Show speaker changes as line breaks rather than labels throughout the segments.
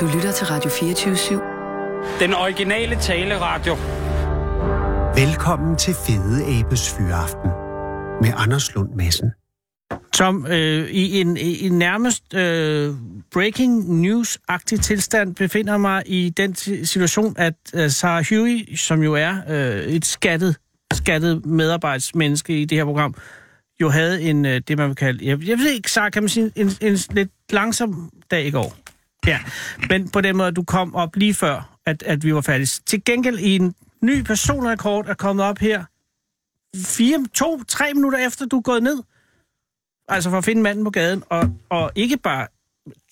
Du lytter til Radio 24
Den originale taleradio.
Velkommen til Fede Abes Fyraften med Anders Lund Madsen.
Som øh, i en i en nærmest øh, breaking news-agtig tilstand befinder mig i den si- situation, at øh, Sarah Huey, som jo er øh, et skattet, skattet medarbejdsmenneske i det her program, jo havde en, øh, det man vil kalde, jeg, jeg ved ikke, Sarah, kan man sige, en, en lidt langsom dag i går. Ja, men på den måde, du kom op lige før, at, at vi var færdige. Til gengæld i en ny personrekord er kommet op her, fire, to, tre minutter efter, du er gået ned. Altså for at finde manden på gaden, og, og ikke bare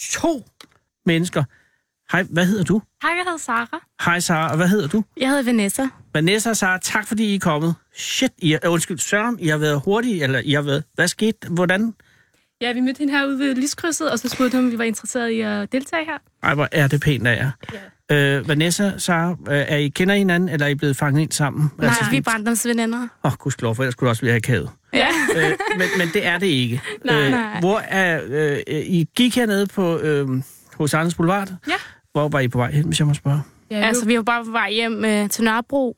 to mennesker. Hej, hvad hedder du?
Hej, jeg hedder Sara.
Hej Sara, og hvad hedder du?
Jeg hedder Vanessa.
Vanessa og Sara, tak fordi I er kommet. Shit, I er, øh, undskyld, Søren, I har været hurtige, eller I har været... Hvad skete? Hvordan?
Ja, vi mødte hende herude ved lyskrydset, og så spurgte hun, om vi var interesseret i at deltage her.
Ej, hvor er det pænt af jer. Ja. Øh, Vanessa, Sara, øh, er I kender hinanden, eller er I blevet fanget ind sammen?
Nej, altså, vi er barndomsveninder.
Åh, oh, gudskelov, for ellers skulle det også blive akavet.
Ja.
øh, men, men det er det ikke.
Nej,
øh,
nej.
Hvor er... Øh, øh, I gik hernede på øh, hos Anders Boulevard.
Ja.
Hvor var I på vej hen, hvis jeg må spørge?
ja altså, vi var bare på vej hjem øh, til Nørrebro.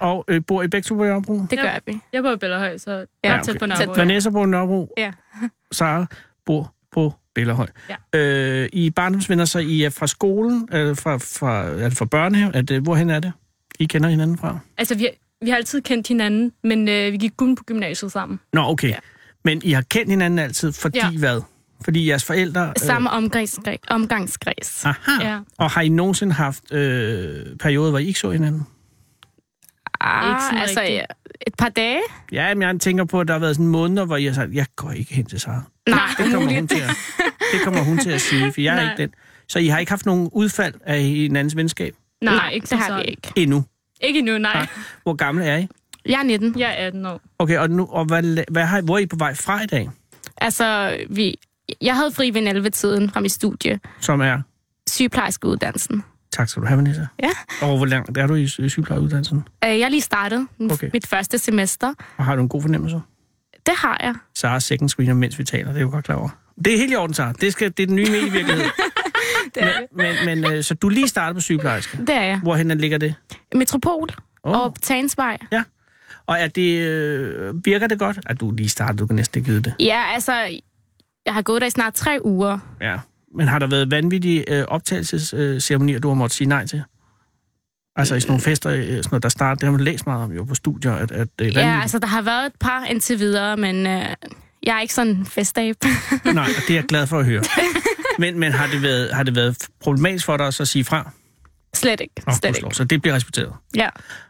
Og øh, bor I begge to på Nørrebro?
Det
Ja.
gør vi.
Jeg bor i Bellerhøj, så jeg
Ja,
er
okay.
tæt på
Tæt
Nørrebro.
på.
ja.
Vanessa bor i Nørrebro,
Ja.
Sara bor på Bellerhøj.
Ja.
Øh, I er barndomsvenner, så I er fra skolen, øh, fra, fra, er det fra børnehave? Er det, hvorhen er det? I kender hinanden fra?
Altså, vi, vi har altid kendt hinanden, men øh, vi gik kun på gymnasiet sammen.
Nå, okay. Ja. Men I har kendt hinanden altid, fordi ja.
Ja.
hvad? Fordi jeres forældre... øh,
Samme omgangskreds. omgangskreds.
aha. Ja.
Ja.
Og har I nogensinde haft øh, perioder, hvor I ikke så hinanden?
Ah,
Ikke sådan
altså,
rigtigt.
ja, et par dage?
Ja, men jeg tænker på, at der har været sådan måneder, hvor I har sagt, jeg går ikke hen til Sara.
Nej,
Det kommer, hun til at, det kommer hun til at sige, for jeg er
Nej.
ikke den. Så I har ikke haft nogen udfald af hinandens venskab
Nej, ikke
det
som
har vi
sådan.
ikke.
endnu?
Ikke endnu, nej.
Nej. Hvor gamle er I?
Jeg er 19.
Jeg er 18 år.
Okay, og, nu, og hvad, la- hvad har, I- hvor er I på vej fra i dag,
Altså, vi, jeg havde fri ved 11-tiden fra mit studie.
som er...
Sygeplejerskeuddannelsen.
Tak skal du have, Vanessa.
Ja.
Og hvor langt er du i sy- sygeplejeuddannelsen?
Øh, Jeg er lige startet
Okay.
okay. mit første semester.
Og har du en god fornemmelse?
Det har jeg.
Sara second screener, mens vi taler, det er jo godt klar over. Det er helt i orden, Sara. Det, skal, det er den nye medievirkelighed.
Det er,
men, men øh, så du er lige startet på sygeplejerske.
det er jeg.
Hvorhen ligger det?
Metropol
Åh.
og Tagensvej.
Og er det, øh, virker det godt? At du er lige startet, du kan næsten ikke vide det.
Ja, altså, jeg har gået der i snart tre uger.
Ja. Men har der været vanvittige øh, optagelsesceremonier, du har måttet sige nej til? Altså i sådan nogle fester, øh, sådan noget, der starter, det har man læst meget om jo på studier, at, at det er vanvittigt.
Ja, altså, der har været et par indtil videre, men øh, jeg er ikke sådan en festab.
altså.
Nej, og det er jeg glad for at høre. Men, men har, det været, har det været problematisk for dig at så sige fra?
Slet ikke.
Nå,
Slet
gudskelov,
ikke.
Så det bliver respekteret.
Ja.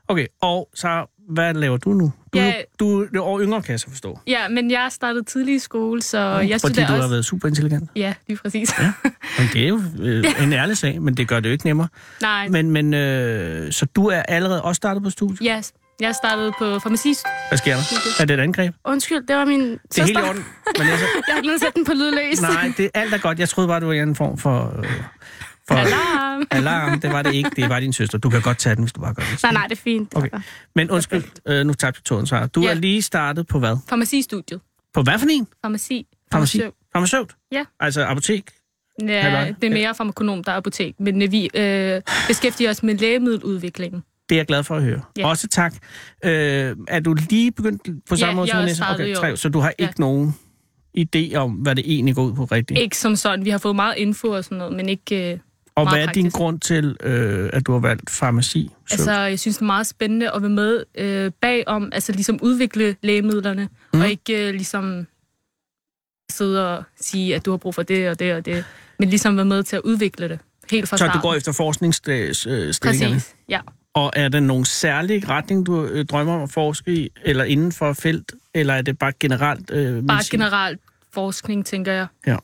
Okay, og så hvad laver du nu? Du, ja.
Ja.
du, du er over yngre, kan jeg så forstå.
Ja, men jeg startede tidlig i skole, så jeg
fordi
studerer
du har
også...
været super intelligent.
Ja, lige præcis.
Men det er jo øh, en ærlig sag, men det gør det jo ikke nemmere.
nej. Men...
Men, men øh, så du er allerede også startet på studiet?
Ja, jeg startede på farmaci.
Hvad sker der? Er det et angreb?
Undskyld, det var min
Det er
søster.
helt i orden. Men jeg, så,
Jeg har nødt til at sætte den på lydløs.
nej, det, alt er godt. Jeg troede bare, du var i en form for... Øh, for
Alarm!
alarm. Det var det ikke. Det var din søster. Du kan godt tage den, hvis du bare gør det.
Nej, nej, det er fint.
Okay. Men undskyld, øh, nu tabte jeg tåren, Sara. Du
Ja.
er lige startet på hvad?
Farmacistudiet.
På hvad for en?
Farmaci.
Farmaci?
Farmaceut.
Farmaceut?
Ja.
Altså apotek? Halløj.
Ja, det er mere farmakonom, der er apotek. Men øh, vi øh, beskæftiger os med lægemiddeludviklingen.
Det er jeg glad for at høre.
Ja.
Også tak. Øh, er du lige begyndt på samme
Ja,
måde
jeg er
Vanessa?
startet
Okay,
i år.
tre, så du har
Ja.
ikke nogen idé om, hvad det egentlig går ud på rigtigt?
Ikke som sådan. Vi har fået meget info og sådan noget, men ikke... Øh,
og
meget
hvad er din
praktisk.
grund til, øh, at du har valgt farmaci?
Altså, jeg synes, det er meget spændende at være med øh, bagom, altså ligesom udvikle lægemidlerne,
Mhm.
mm. og ikke øh, ligesom sidde og sige, at du har brug for det og det og det, men ligesom være med til at udvikle det helt fra
så
starten.
du går efter forskningsstillingerne?
Præcis, ja.
Og er der nogen særlig retning, du øh, drømmer om at forske i, eller inden for felt, eller er det bare generelt? Øh,
Bare
medicin?
generelt forskning, tænker jeg.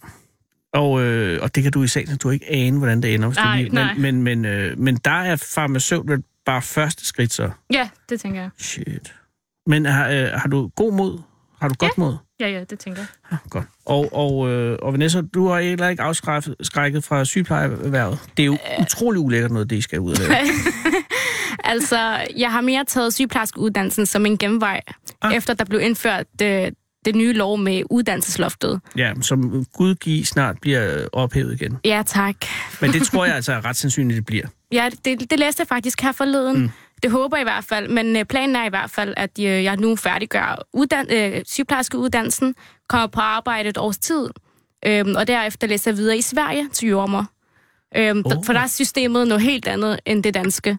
Og, øh, og det kan du i sagens natur ikke ane, hvordan det ender. Hvis
Nej,
du lige, men,
nej.
men, men, øh, men der er farmaceut vel bare første skridt, så.
Ja, det tænker jeg.
Shit. Men har, øh, har du god mod? Har du godt mod?
Ja, ja, det tænker jeg.
Ah, godt. Og, og, øh, og Vanessa, du har heller ikke afskrækket fra sygeplejeerhvervet. Det er jo øh. utrolig ulækkert noget, det I skal ud af.
Altså, jeg har mere taget sygeplejerskeuddannelsen som en genvej,
Ah.
ah. efter der blev indført øh,
den nye lov med uddannelsesloftet.
Ja, som Gud give snart bliver øh, ophævet igen.
Ja, tak.
Men det tror jeg altså er ret sandsynligt, det bliver.
Ja, det, det læste jeg faktisk her forleden. Mm. Det håber jeg i hvert fald, men øh, planen er i hvert fald, at øh, jeg nu færdiggør uddan- øh, sygeplejerskeuddannelsen, kommer på arbejde et års tid, øhm, og derefter læser jeg videre i Sverige til jordmor. Øhm, oh.
Oh.
For der er systemet noget helt andet end det danske.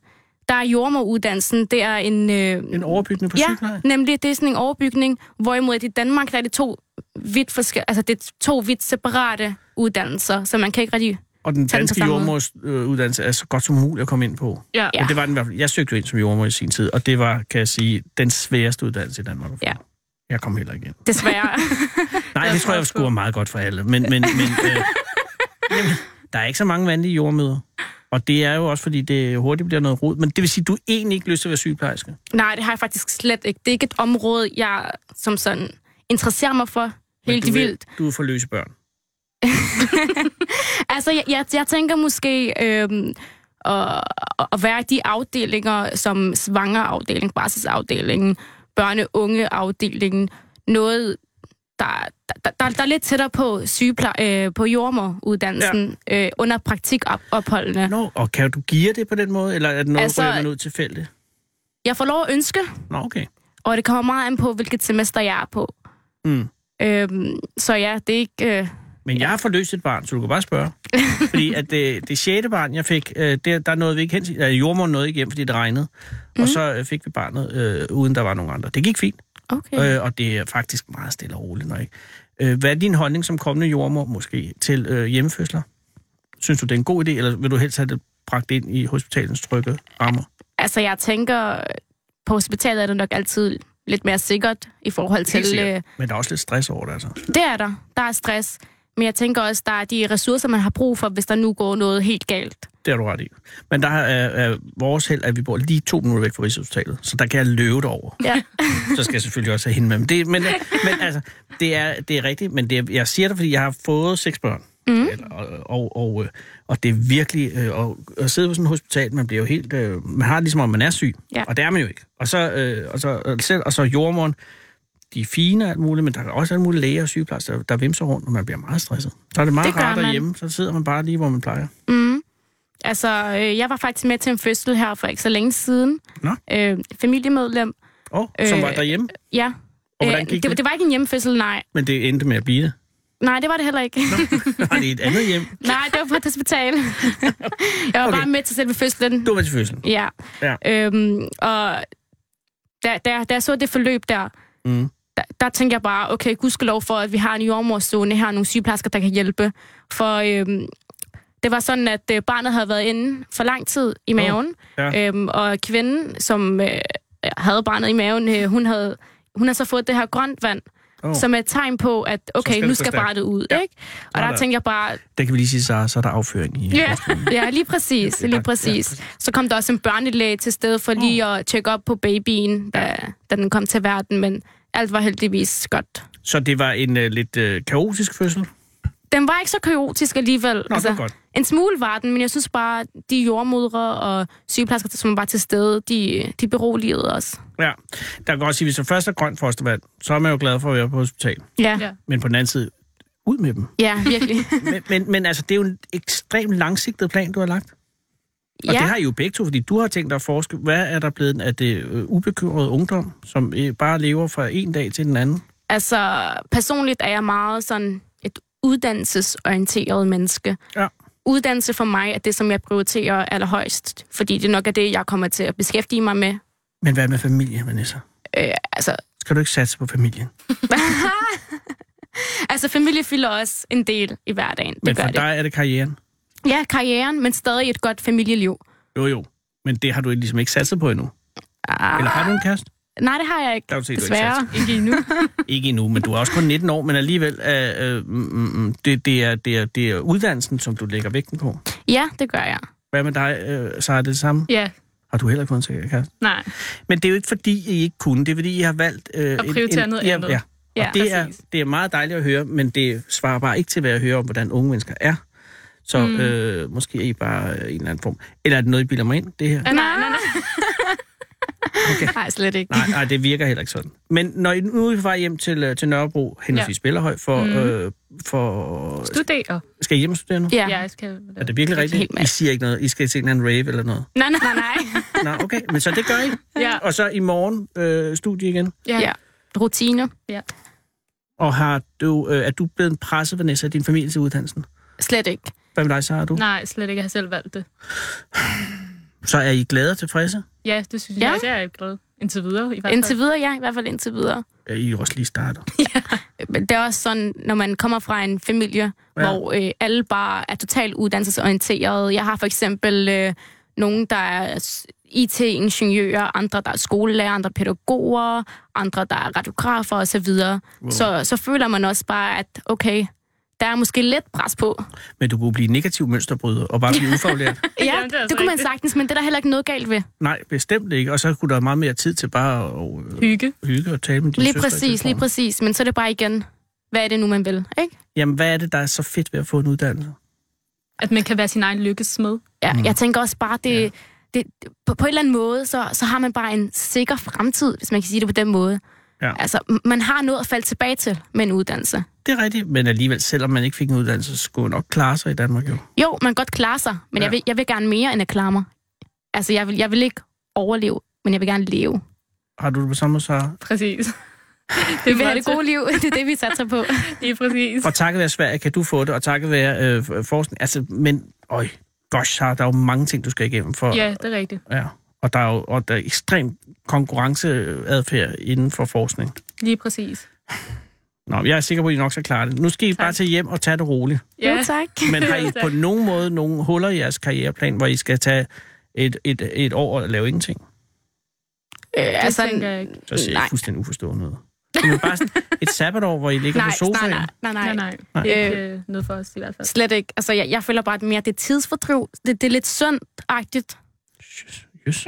Der er jordmoruddannelsen, det er en... Øh,
En overbyggende på
ja,
sygepleje.
nemlig det er sådan en overbygning, hvorimod at i Danmark der er det to vidt, forske- altså, det er to vidt separate uddannelser, så man kan ikke rigtig...
Og den
Mm. Tag den på
danske
samme måde.
jordmorsuddannelse er så godt som muligt at komme ind på.
Ja.
Men det var den i hvert fald. Jeg søgte jo ind som jordmor i sin tid, og det var, kan jeg sige, den sværeste uddannelse i Danmark. at få.
Ja.
Jeg kom heller ikke ind.
Desværre.
Nej, det tror jeg scorer meget godt for alle. Men, men, men øh, jamen, der er ikke så mange vanlige jordmøder. Og det er jo også, fordi det hurtigt bliver noget rod. Men det vil sige, du har egentlig ikke lyst til at være sygeplejerske.
Nej, det har jeg faktisk slet ikke. Det er ikke et område, jeg som sådan interesserer mig for
Men
helt
du vil-
vildt.
Du er for løse børn.
Altså, jeg, jeg, jeg tænker måske øhm, at, at være i de afdelinger, som svangerafdelingen, barselsafdelingen, børne-unge-afdelingen, noget, der, der, der, der er lidt tættere på, sygeple- øh, på jordmoruddannelsen, ja. øh, under praktikopholdene.
Nå, og kan du geare det på den måde, eller er det noget, altså,
Altså-
man ud tilfældigt?
Jeg får lov at ønske,
Nå, okay.
og det kommer meget an på, hvilket semester jeg er på.
Mm.
Øhm, så ja, det er ikke... Øh,
Men jeg har forløst et barn, så du kan bare spørge. fordi at det, det sjette barn, jeg fik, øh, der, der nåede vi ikke hen til. Øh, jordmoren nåede ikke hjem, fordi det regnede. Mm.
Mhm.
Og så øh, fik vi barnet, øh, uden der var nogen andre. Det gik fint,
okay.
øh, og det er faktisk meget stille og roligt. Når ikke. Øh, hvad er din holdning som kommende jordmor måske til øh, hjemmefødsler? Synes du, det er en god idé, eller vil du helst have det bragt ind i hospitalens trygge rammer?
Altså, jeg tænker, på hospitalet er det nok altid lidt mere sikkert i forhold
Helt
til...
sikkert.
Øh,
Men der er også lidt stress over det, altså.
det er der. Der er stress. Men jeg tænker også, der er de ressourcer, man har brug for, hvis der nu går noget helt galt.
Det har du ret i. Men der er, er vores held, at vi bor lige to minutter væk fra Rigshospitalet, så der kan jeg løbe derover.
Ja.
så skal jeg selvfølgelig også have hende med. Men, det, men, men altså, det er, det er rigtigt, men det er, jeg siger det, fordi jeg har fået seks børn. Mm. Eller, og, og, og, øh, og det er virkelig, øh, og, at sidde på sådan et hospital, man bliver jo helt, øh, man har det ligesom, om man er syg,
Ja.
og det er man jo ikke. Og så, øh, og så, og selv, og så jordmoren, de er fine og alt muligt, men der er også alt muligt læger og sygeplejersker, der, der vimser rundt, og man bliver meget stresset. Så er det meget
Det
det
gør
rart
man.
derhjemme, så sidder man bare lige, hvor man plejer.
Altså, øh, jeg var faktisk med til en fødsel her for ikke så længe siden.
Nå.
Øh, familiemedlem.
Og som
Øh,
var derhjemme,
Ja. Øh,
og hvordan gik
det, det?
det?
det var ikke en hjemmefødsel, nej.
Men det endte med at blive det.
Nej, det var det heller ikke.
Var det et andet hjem?
nej, det var på et hospital. jeg var
Okay.
okay. bare med til selve fødslen.
Du var til fødslen.
Ja.
Ja.
Øhm, og da, da, da jeg så det forløb der,
Mm.
der, der tænkte jeg bare, okay, gudskelov for, at vi har en jordmor stående her, nogle sygeplejersker, der kan hjælpe. For øhm, det var sådan, at øh, barnet havde været inde for lang tid i maven,
ja.
øhm, og kvinden, som øh, havde barnet i maven, øh, hun havde hun har så fået det her grønt vand,
Oh.
oh. som er et tegn på, at okay,
skal
skal nu
det stå
skal
stærkt.
barnet ud,
Ja.
ja. ikke? Og
Sådan
der
der.
tænkte jeg bare,
Der kan vi lige sige, så, så er der afføring i.
Ja, ja lige præcis,
Ja, Mm.
lige præcis. Så kom der også en børnelæge til stede for lige at tjekke op på babyen, da, da den kom til verden, men alt var heldigvis godt.
Så det var en uh, lidt uh, kaotisk fødsel? Nå,
Den var ikke så kaotisk alligevel.
altså, det var godt.
En smule var den, men jeg synes bare, de jordmødre og sygeplejersker, som var til stede, de, de beroligede os.
Ja. Der kan også sige, hvis der først er grønt fostervand, så er man jo glad for at være på hospital.
Ja,
Ja.
ja.
Men på den anden side, ud med dem.
ja virkelig.
Men, men, men altså, det er jo en ekstremt langsigtet plan, du har lagt. Og det
ja.
har I jo begge to, fordi du har tænkt dig at forske, hvad er der blevet af det øh, ubekymrede ungdom, som øh, bare lever fra en dag til den anden?
Altså, personligt er jeg meget sådan et uddannelsesorienteret menneske.
Ja.
Uddannelse for mig er det, som jeg prioriterer allerhøjst, fordi det nok er det, jeg kommer til at beskæftige mig med.
Men hvad med familie, Vanessa?
Øh, altså,
Skal du ikke satse på familien?
altså, familie fylder også en del i hverdagen. Det
Men
gør
for
det.
dig er det karrieren.
Ja, karrieren, men stadig et godt familieliv.
Jo, jo. Men det har du ligesom ikke satset på endnu.
Ah,
Eller har du en kæreste?
Nej, det har jeg ikke,
Der er du set, du ikke
desværre.
satser.
Ikke endnu.
Ikke endnu, men du er også kun 19 år, men alligevel, øh, øh, mm, mm, det, det, er, det, er, det er uddannelsen, som du lægger vægten på.
ja, det gør jeg.
Hvad med dig, øh, så er det det samme?
Ja,
Har du heller ikke fået en kæreste?
nej.
Men det er jo ikke fordi, I ikke kunne, det er fordi, I har valgt... Øh, at
prioritere noget
ja,
andet.
Ja, ja
Ja,
og det er,
præcis.
det er meget dejligt at høre, men det svarer bare ikke til, hvad jeg hører om, hvordan unge mennesker er. Så mm. øh, måske er I bare øh, en eller anden form. Eller er det noget, I bilder mig ind, det her?
Ah, nej, nej, nej.
Nej, slet ikke.
Nej, nej, det virker heller ikke sådan. Men når I nu er på vej hjem til, øh, til Nørrebro, henholdsvis ja. Spillerhøj, for, mm. øh, for...
Studerer.
Skal I hjem og studere nu?
Ja.
Ja, jeg skal...
Er det virkelig rigtigt?
Helt mad.
I siger ikke noget. I skal til en eller anden rave eller noget.
Nej, nej, nej.
Nå, okay. Men så det gør I.
Ja.
Og så i morgen øh, studie igen.
Ja. ja. Rutiner.
Og har du, øh, er du blevet presset, Vanessa, af din familie til uddannelsen?
Slet ikke.
Hvad med dig, Sara? Du?
Nej, slet ikke. Jeg har selv valgt det.
Så er I glade og tilfredse?
Ja, det synes
Ja.
jeg også, jeg er glad. Indtil videre, i hvert fald.
Indtil videre, ja. I hvert fald indtil videre.
Ja, I er også lige startet.
Men det er også sådan, når man kommer fra en familie,
Ja.
ja. hvor øh, alle bare er totalt uddannelsesorienterede. Jeg har for eksempel øh, nogen, der er s- IT-ingeniører, andre, der er skolelærer, andre pædagoger, andre, der er radiografer osv. Så, videre. så, så føler man også bare, at okay, der er måske lidt pres på.
Men du kunne blive negativ mønsterbryder og bare blive ufaglært.
Ja,
er
det,
altså
det kunne man
rigtigt.
sagtens, men det er der heller ikke noget galt ved.
Nej, bestemt ikke. Og så kunne der være meget mere tid til bare at øh,
Hygge.
hygge og tale med dine
Lige
søstre i
præcis, lige
telefonen.
præcis. Men så er det bare igen, hvad er det nu, man vil, ikke?
Jamen, hvad er det, der er så fedt ved at få en uddannelse?
At man kan være sin egen lykkesmed.
Ja, mm. Jeg tænker også bare, det, ja. det, på, på en eller anden måde, så, så har man bare en sikker fremtid, hvis man kan sige det på den måde.
Ja.
Altså, m- man har noget at falde tilbage til med en uddannelse.
Det er rigtigt, men alligevel, selvom man ikke fik en uddannelse, så skulle man nok klare sig i Danmark jo.
Jo, man kan godt klare sig, men ja.
Ja.
jeg, vil, jeg vil gerne mere end at klare mig. Altså, jeg vil, jeg vil ikke overleve, men jeg vil gerne leve.
Har du det på samme måde, Sara?
Præcis.
Vi vil have det
faktisk-
gode liv, det er det, vi satser på.
Det er præcis.
Og takket være Sverige kan du få det, og takket være øh, f- forskning. Altså, men, øj, gosh, Sara, der er jo mange ting, du skal igennem for.
Ja, det er rigtigt.
ja. Og der er jo og der er ekstrem konkurrenceadfærd inden for forskning.
Lige præcis.
Nå, jeg er sikker på, at I nok skal klare det. Nu skal I tak. bare til hjem og tage det roligt.
Ja,
Jo, tak.
Men har I på nogen måde nogle huller i jeres karriereplan, hvor I skal tage et, et, et år og lave ingenting?
Øh,
det
altså,
tænker jeg ikke.
Så ser jeg
Nej.
fuldstændig uforstående ud. Det er bare sådan et sabbatår, hvor I ligger
nej,
på sofaen.
nej, nej, nej,
Nej,
nej.
nej. Det er ikke øh, noget for os i hvert fald.
Slet ikke. Altså, jeg, jeg føler bare, at mere det er tidsfordriv. Det, det er lidt sundt-agtigt.
Yes, yes.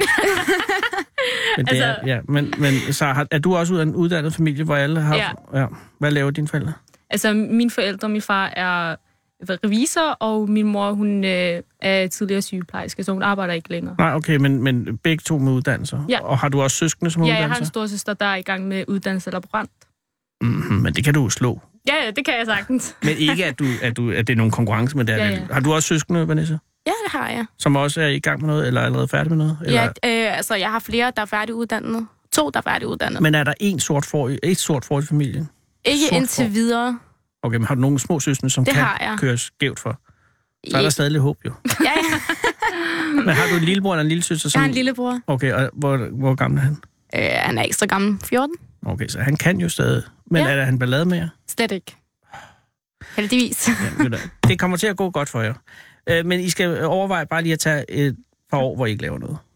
men det er, ja, men, men så har, er du også ud af en uddannet familie, hvor alle har...
Ja.
ja. Hvad laver dine forældre?
Altså, mine forældre, min far er revisor, og min mor, hun øh, er tidligere sygeplejerske, så hun arbejder ikke længere.
Nej, okay, men, men begge to med uddannelser.
Ja.
Og har du også søskende som har
Ja, jeg har en
uddannelser?
storsøster, der er i gang med uddannelse laborant.
Mm, men det kan du jo slå.
Ja, ja, det kan jeg sagtens.
Men ikke, at, du, at, du, at det er nogen konkurrence, men det er,
Ja,
ja,
ja.
ja. Har du også søskende, Vanessa,
Ja, det har jeg.
som også er i gang med noget, eller er allerede færdig med noget? Eller?
Ja, øh, altså, jeg har flere, der er færdiguddannet. To, der er færdiguddannet.
Men er der én sort for, et sort for i familien?
Ikke
sort
indtil
for.
videre.
Okay, men har du nogle små søskende, som
Det
kan
har jeg.
køres skævt for? Så er der
Ja.
stadig lidt håb, jo.
Ja, ja.
Men har du en lillebror eller en lille søster?
Jeg har en lillebror.
Okay, og hvor, hvor gammel er han?
Øh, han er ikke så gammel. 14?
Okay, så han kan jo stadig. Men ja.
Ja.
er der han ballade med jer?
Slet ikke. Heldigvis.
Ja, ved du hvad, det kommer til at gå godt for jer. Øh, men I skal overveje bare lige at tage et par år, hvor I ikke laver noget.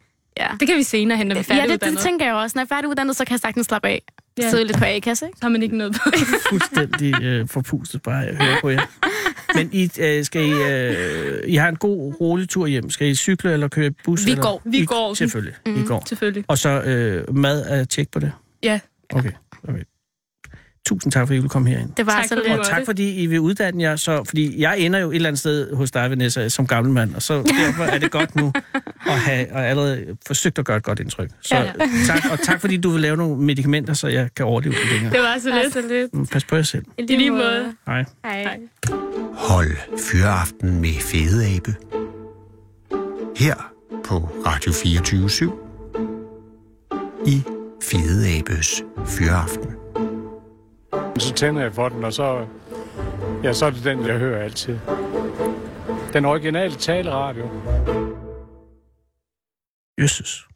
Det kan vi senere hen, når vi er
Ja, det,
færdiguddannet.
det tænker jeg også. Når jeg er færdiguddannet, så kan jeg sagtens slappe af.
Ja.
Ja. Sidde lidt på A-kasse, ikke?
Så har man ikke noget på.
Fuldstændig øh, forpustet bare at høre på jer. Men I, øh, skal I, øh, I har en god, rolig tur hjem. Skal I cykle eller køre i bus?
Vi
eller?
går.
Vi
I,
går.
Selvfølgelig, mm. I går.
Selvfølgelig.
Og så øh, mad er tjek på det?
Ja.
Okay. okay. Tusind tak, fordi I ville komme herind.
Det var
Tak
altså
for
lidt.
det.
Og tak, fordi I vil uddanne jer. Så, fordi jeg ender jo et eller andet sted hos dig, Vanessa, som gammel mand, og så derfor er det godt nu at have og allerede forsøgt at gøre et godt indtryk. Så
Ja, ja.
tak, og tak, fordi du vil lave nogle medicamenter, så jeg kan overleve det længere.
Det var så lidt.
Altså lidt.
Mm, Pas på jer selv.
I
I lige måde.
Hej.
Hej.
Hold Fyraften med Fede Abe. Her på Radio 24 7 i Fede Abes Fyraften.
Så tænder jeg for den, og så, ja, så er det den, jeg hører altid. Den originale taleradio.
Jesus.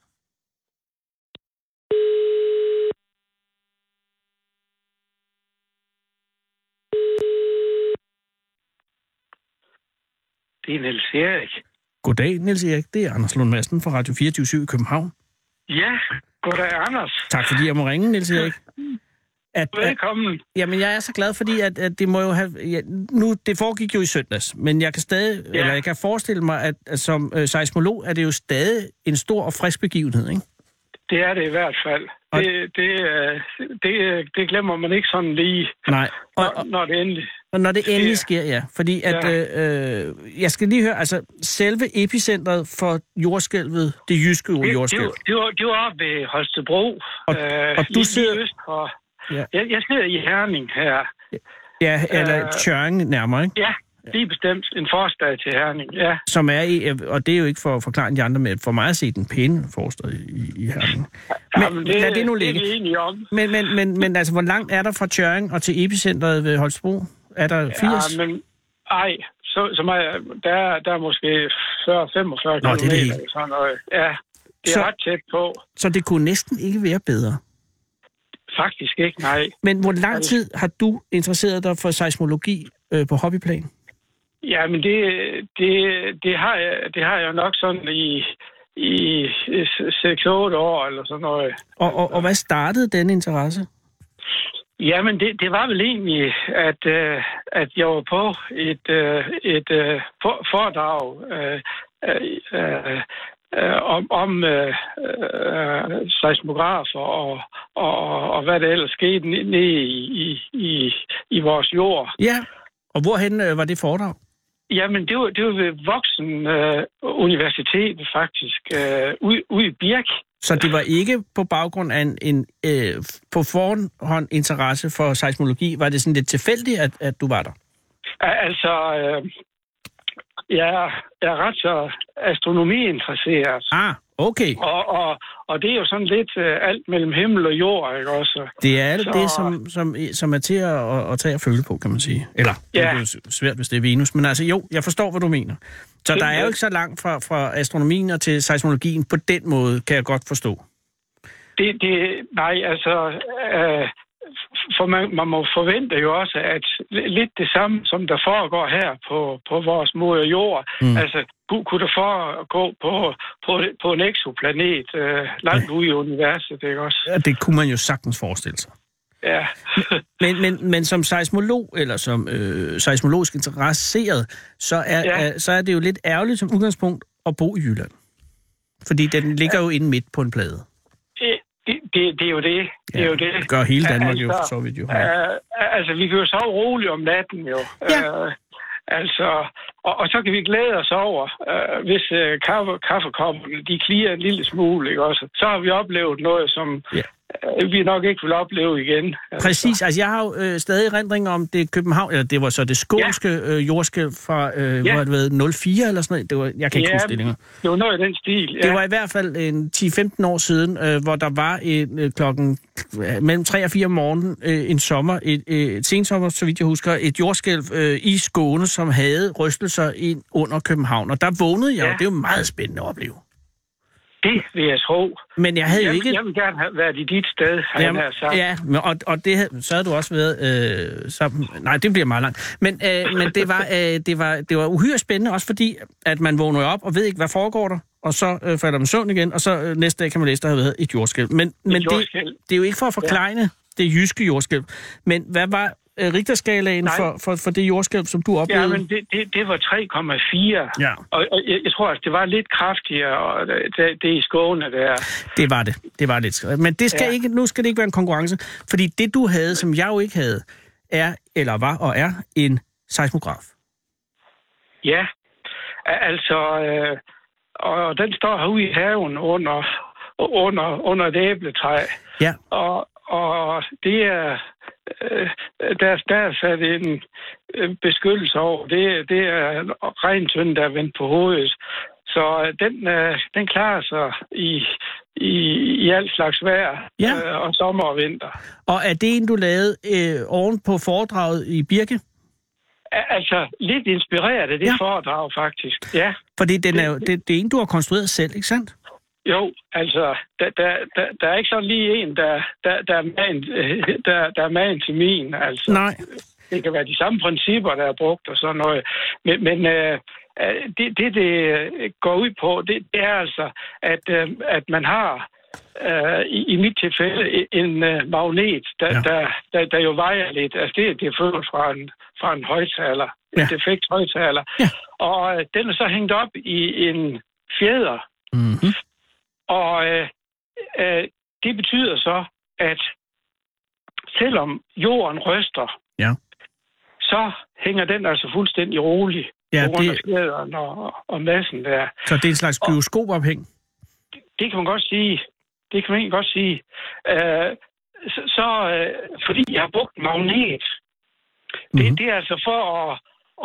Det er Niels Erik.
Goddag, Niels Erik. Det er Anders Lund Madsen fra Radio 24 i København.
Ja, goddag, Anders.
Tak, fordi jeg må ringe, Niels Erik. At, at,
Velkommen.
jamen, jeg er så glad, fordi at, at det må jo have... Ja, nu, det foregik jo i søndags, men jeg kan stadig... Ja.
Ja.
Eller jeg kan forestille mig, at, at som øh, seismolog er det jo stadig en stor og frisk begivenhed, ikke?
Det er det i hvert fald.
Og-
Det, det, øh, det, det glemmer man ikke sådan lige,
Nej. Og,
når,
og,
når det endelig...
Og når det endelig
Ja.
sker, ja. Fordi at, øh, øh, jeg skal lige høre, altså selve epicentret for jordskælvet, det jyske
Det, det,
jordskælv.
var- det, var, det var oppe ved Holstebro. øh,
Og- og du
lige-
sidder-
lige øst for,
Ja.
ja. jeg, jeg sidder i Herning her.
Ja, eller
Øh.
Tjøring nærmere, ikke?
Ja, lige bestemt en forstad til Herning. Ja,
Som er, i, øh, og det er jo ikke for at forklare de andre, men for mig at se den pæne forstad i, i Herning. Men
Jamen,
det, lad det nu ligge.
Det er vi enige om.
Men, men, men, men altså, hvor langt er der fra Tjøring og til epicentret ved Holstebro? Er der 80?
Ja, men ej, så, så meget, der, er- der er måske 40-45
Nå, det er det
km.
hele.
Eller sådan noget. Ja, det er
Så-
så... ret tæt på.
Så det kunne næsten ikke være bedre.
Faktisk ikke, nej.
Men hvor lang tid har du interesseret dig for seismologi øh, på hobbyplan?
Ja, men det, det, det, har, jeg, det har jeg nok sådan i, i 6-8 år eller sådan noget.
Og, og, og hvad startede den interesse?
Jamen, det, det var vel egentlig, at, øh, at jeg var på et, øh, et øh, for- foredrag øh, øh, øh, øh, om, om øh, øh, seismografer og, og, og hvad der ellers skete ne- nede i, i, i, i vores jord.
Ja. Og hvorhen øh, var det foredrag?
Jamen, det var, det var ved Voksen øh, Universitetet faktisk, øh, ude, ude i Birk.
Så det var ikke på baggrund af en, en øh, på forhånd interesse for seismologi? Var det sådan lidt tilfældigt, at, at du var der?
Al- Altså, øh, jeg, er, jeg er ret så astronomi-interesseret.
Ah, okay.
Og, og, og det er jo sådan lidt øh, alt mellem himmel og jord, ikke også?
Det er alt
Så-
det, som, som, som er til at, at, at tage og føle på, kan man sige. Eller, ja. det
Ja.
er jo s- svært, hvis det er Venus. Men altså, jo, jeg forstår, hvad du mener. Så
Det
der
er
er jo
det.
ikke så langt fra, fra astronomien og til seismologien. På den måde kan jeg godt forstå.
Det, det, nej, altså, øh, for man, man må forvente jo også, at li- lidt det samme, som der foregår her på, på vores moder jord,
Mm.
mm. altså, kunne, kunne der foregå på, på, på en eksoplanet øh, langt ude i universet, ikke også?
Ja, det kunne man jo sagtens forestille sig.
Ja.
Men, men, men som seismolog, eller som øh, seismologisk interesseret, så er, ja.
Ja.
er, så er det jo lidt ærgerligt som udgangspunkt at bo i Jylland. Fordi den ligger jo inde midt på en plade.
Det, det, det, det er jo det. Det er jo det.
det gør hele Danmark jo,
Altså,
for så vidt jo. Ja.
Uh, altså, vi kan jo sove roligt om natten, jo.
Ja.
Uh, altså, og, og så kan vi glæde os over, uh, hvis uh, kaffe, kaffekopperne, de klirer en lille smule, ikke også? Så har vi oplevet noget, som
Ja.
ja. uh, vi nok ikke vil opleve igen. Altså,
Præcis, altså jeg har jo øh, stadig erindring om det København, eller det var så det skånske ja. øh, jordskælv fra, øh, ja.
Ja.
hvor det været 04 eller sådan noget. Det var, jeg kan ikke
Ja,
huske det længere.
Det var noget i den stil,
Det
ja.
var i hvert fald en 10-15 år siden, øh, hvor der var en, øh, klokken øh, mellem 3 og 4 om morgenen øh, en sommer, et, øh, et sensommer, så vidt jeg husker, et jordskælv øh, i Skåne, som havde rystelser ind under København. Og der vågnede jeg, ja.
Ja.
og det er jo meget spændende at opleve.
Det vil jeg tro.
Men jeg havde jo
Jeg,
ikke...
jeg vil gerne have været i dit sted, har jeg nær sagt.
ja, men- og, og det, havde- så havde du også været øh, sammen... Nej, det bliver meget langt. Men, øh, men det, var, øh, det, var, det var uhyre spændende, også fordi, at man vågner jo op og ved ikke, hvad foregår der, og så øh, falder man i søvn igen, og så øh, næste dag kan man læse, der har været et jordskælv. Men, men det,
jordskælv.
det er jo ikke for at forklejne det jyske jordskælv, men hvad var øh, Richterskalaen
Nej.
for, for, for det jordskælv, som du oplevede?
Ja, men det, det, det var 3,4.
Ja.
Og, og jeg, jeg tror, at det var lidt kraftigere, og det, det er i Skåne der.
Det var det. Det var lidt skrevet. Men det skal ja.
Ja.
ikke, nu skal det ikke være en konkurrence, fordi det du havde, som jeg jo ikke havde, er, eller var og er, en seismograf.
Ja, A- altså, øh, og den står herude i haven under, under, under et æbletræ.
Ja,
Og, og det er, øh, der, der er sat en øh, beskyttelse over. Det, det er en regntønde, der er vendt på hovedet. Så øh, den, øh, den klarer sig i, i, i alt slags vejr,
Ja.
øh, og sommer og vinter.
og er det en, du lavede øh, oven på foredraget i Birke?
A- Altså, lidt inspireret af det
Ja.
ja. foredrag, faktisk. Ja.
Fordi den er jo, det, det er en, du har konstrueret selv, ikke sandt?
Jo, altså, der, der, der, der er ikke sådan lige en, der, der, der, er man, der, der er man til min. Altså.
Nej.
Det kan være de samme principper, der er brugt og sådan noget. Men, men øh, øh, det, det, det øh, går ud på, det, det er altså, at, øh, at man har øh, i, i mit tilfælde en øh, magnet, der,
Ja.
ja. der, der, der jo vejer lidt. Altså, det, det er født fra en, fra en højtaler, ja.
Ja.
en defekt højtaler.
Ja.
Og øh, den er så hængt op i en fjeder,
Mm-hmm.
og øh, øh, det betyder så, at selvom jorden ryster,
Ja.
så så hænger den altså fuldstændig rolig
Ja,
ja, rundt det...
det-
skaderen og, og massen der.
Så det er en slags bioskopophæng.
Det kan man godt sige. Det kan man egentlig godt sige. Øh, så, så øh, fordi jeg har brugt magnet, det,
Mhm.
mm-hmm. det er altså for at,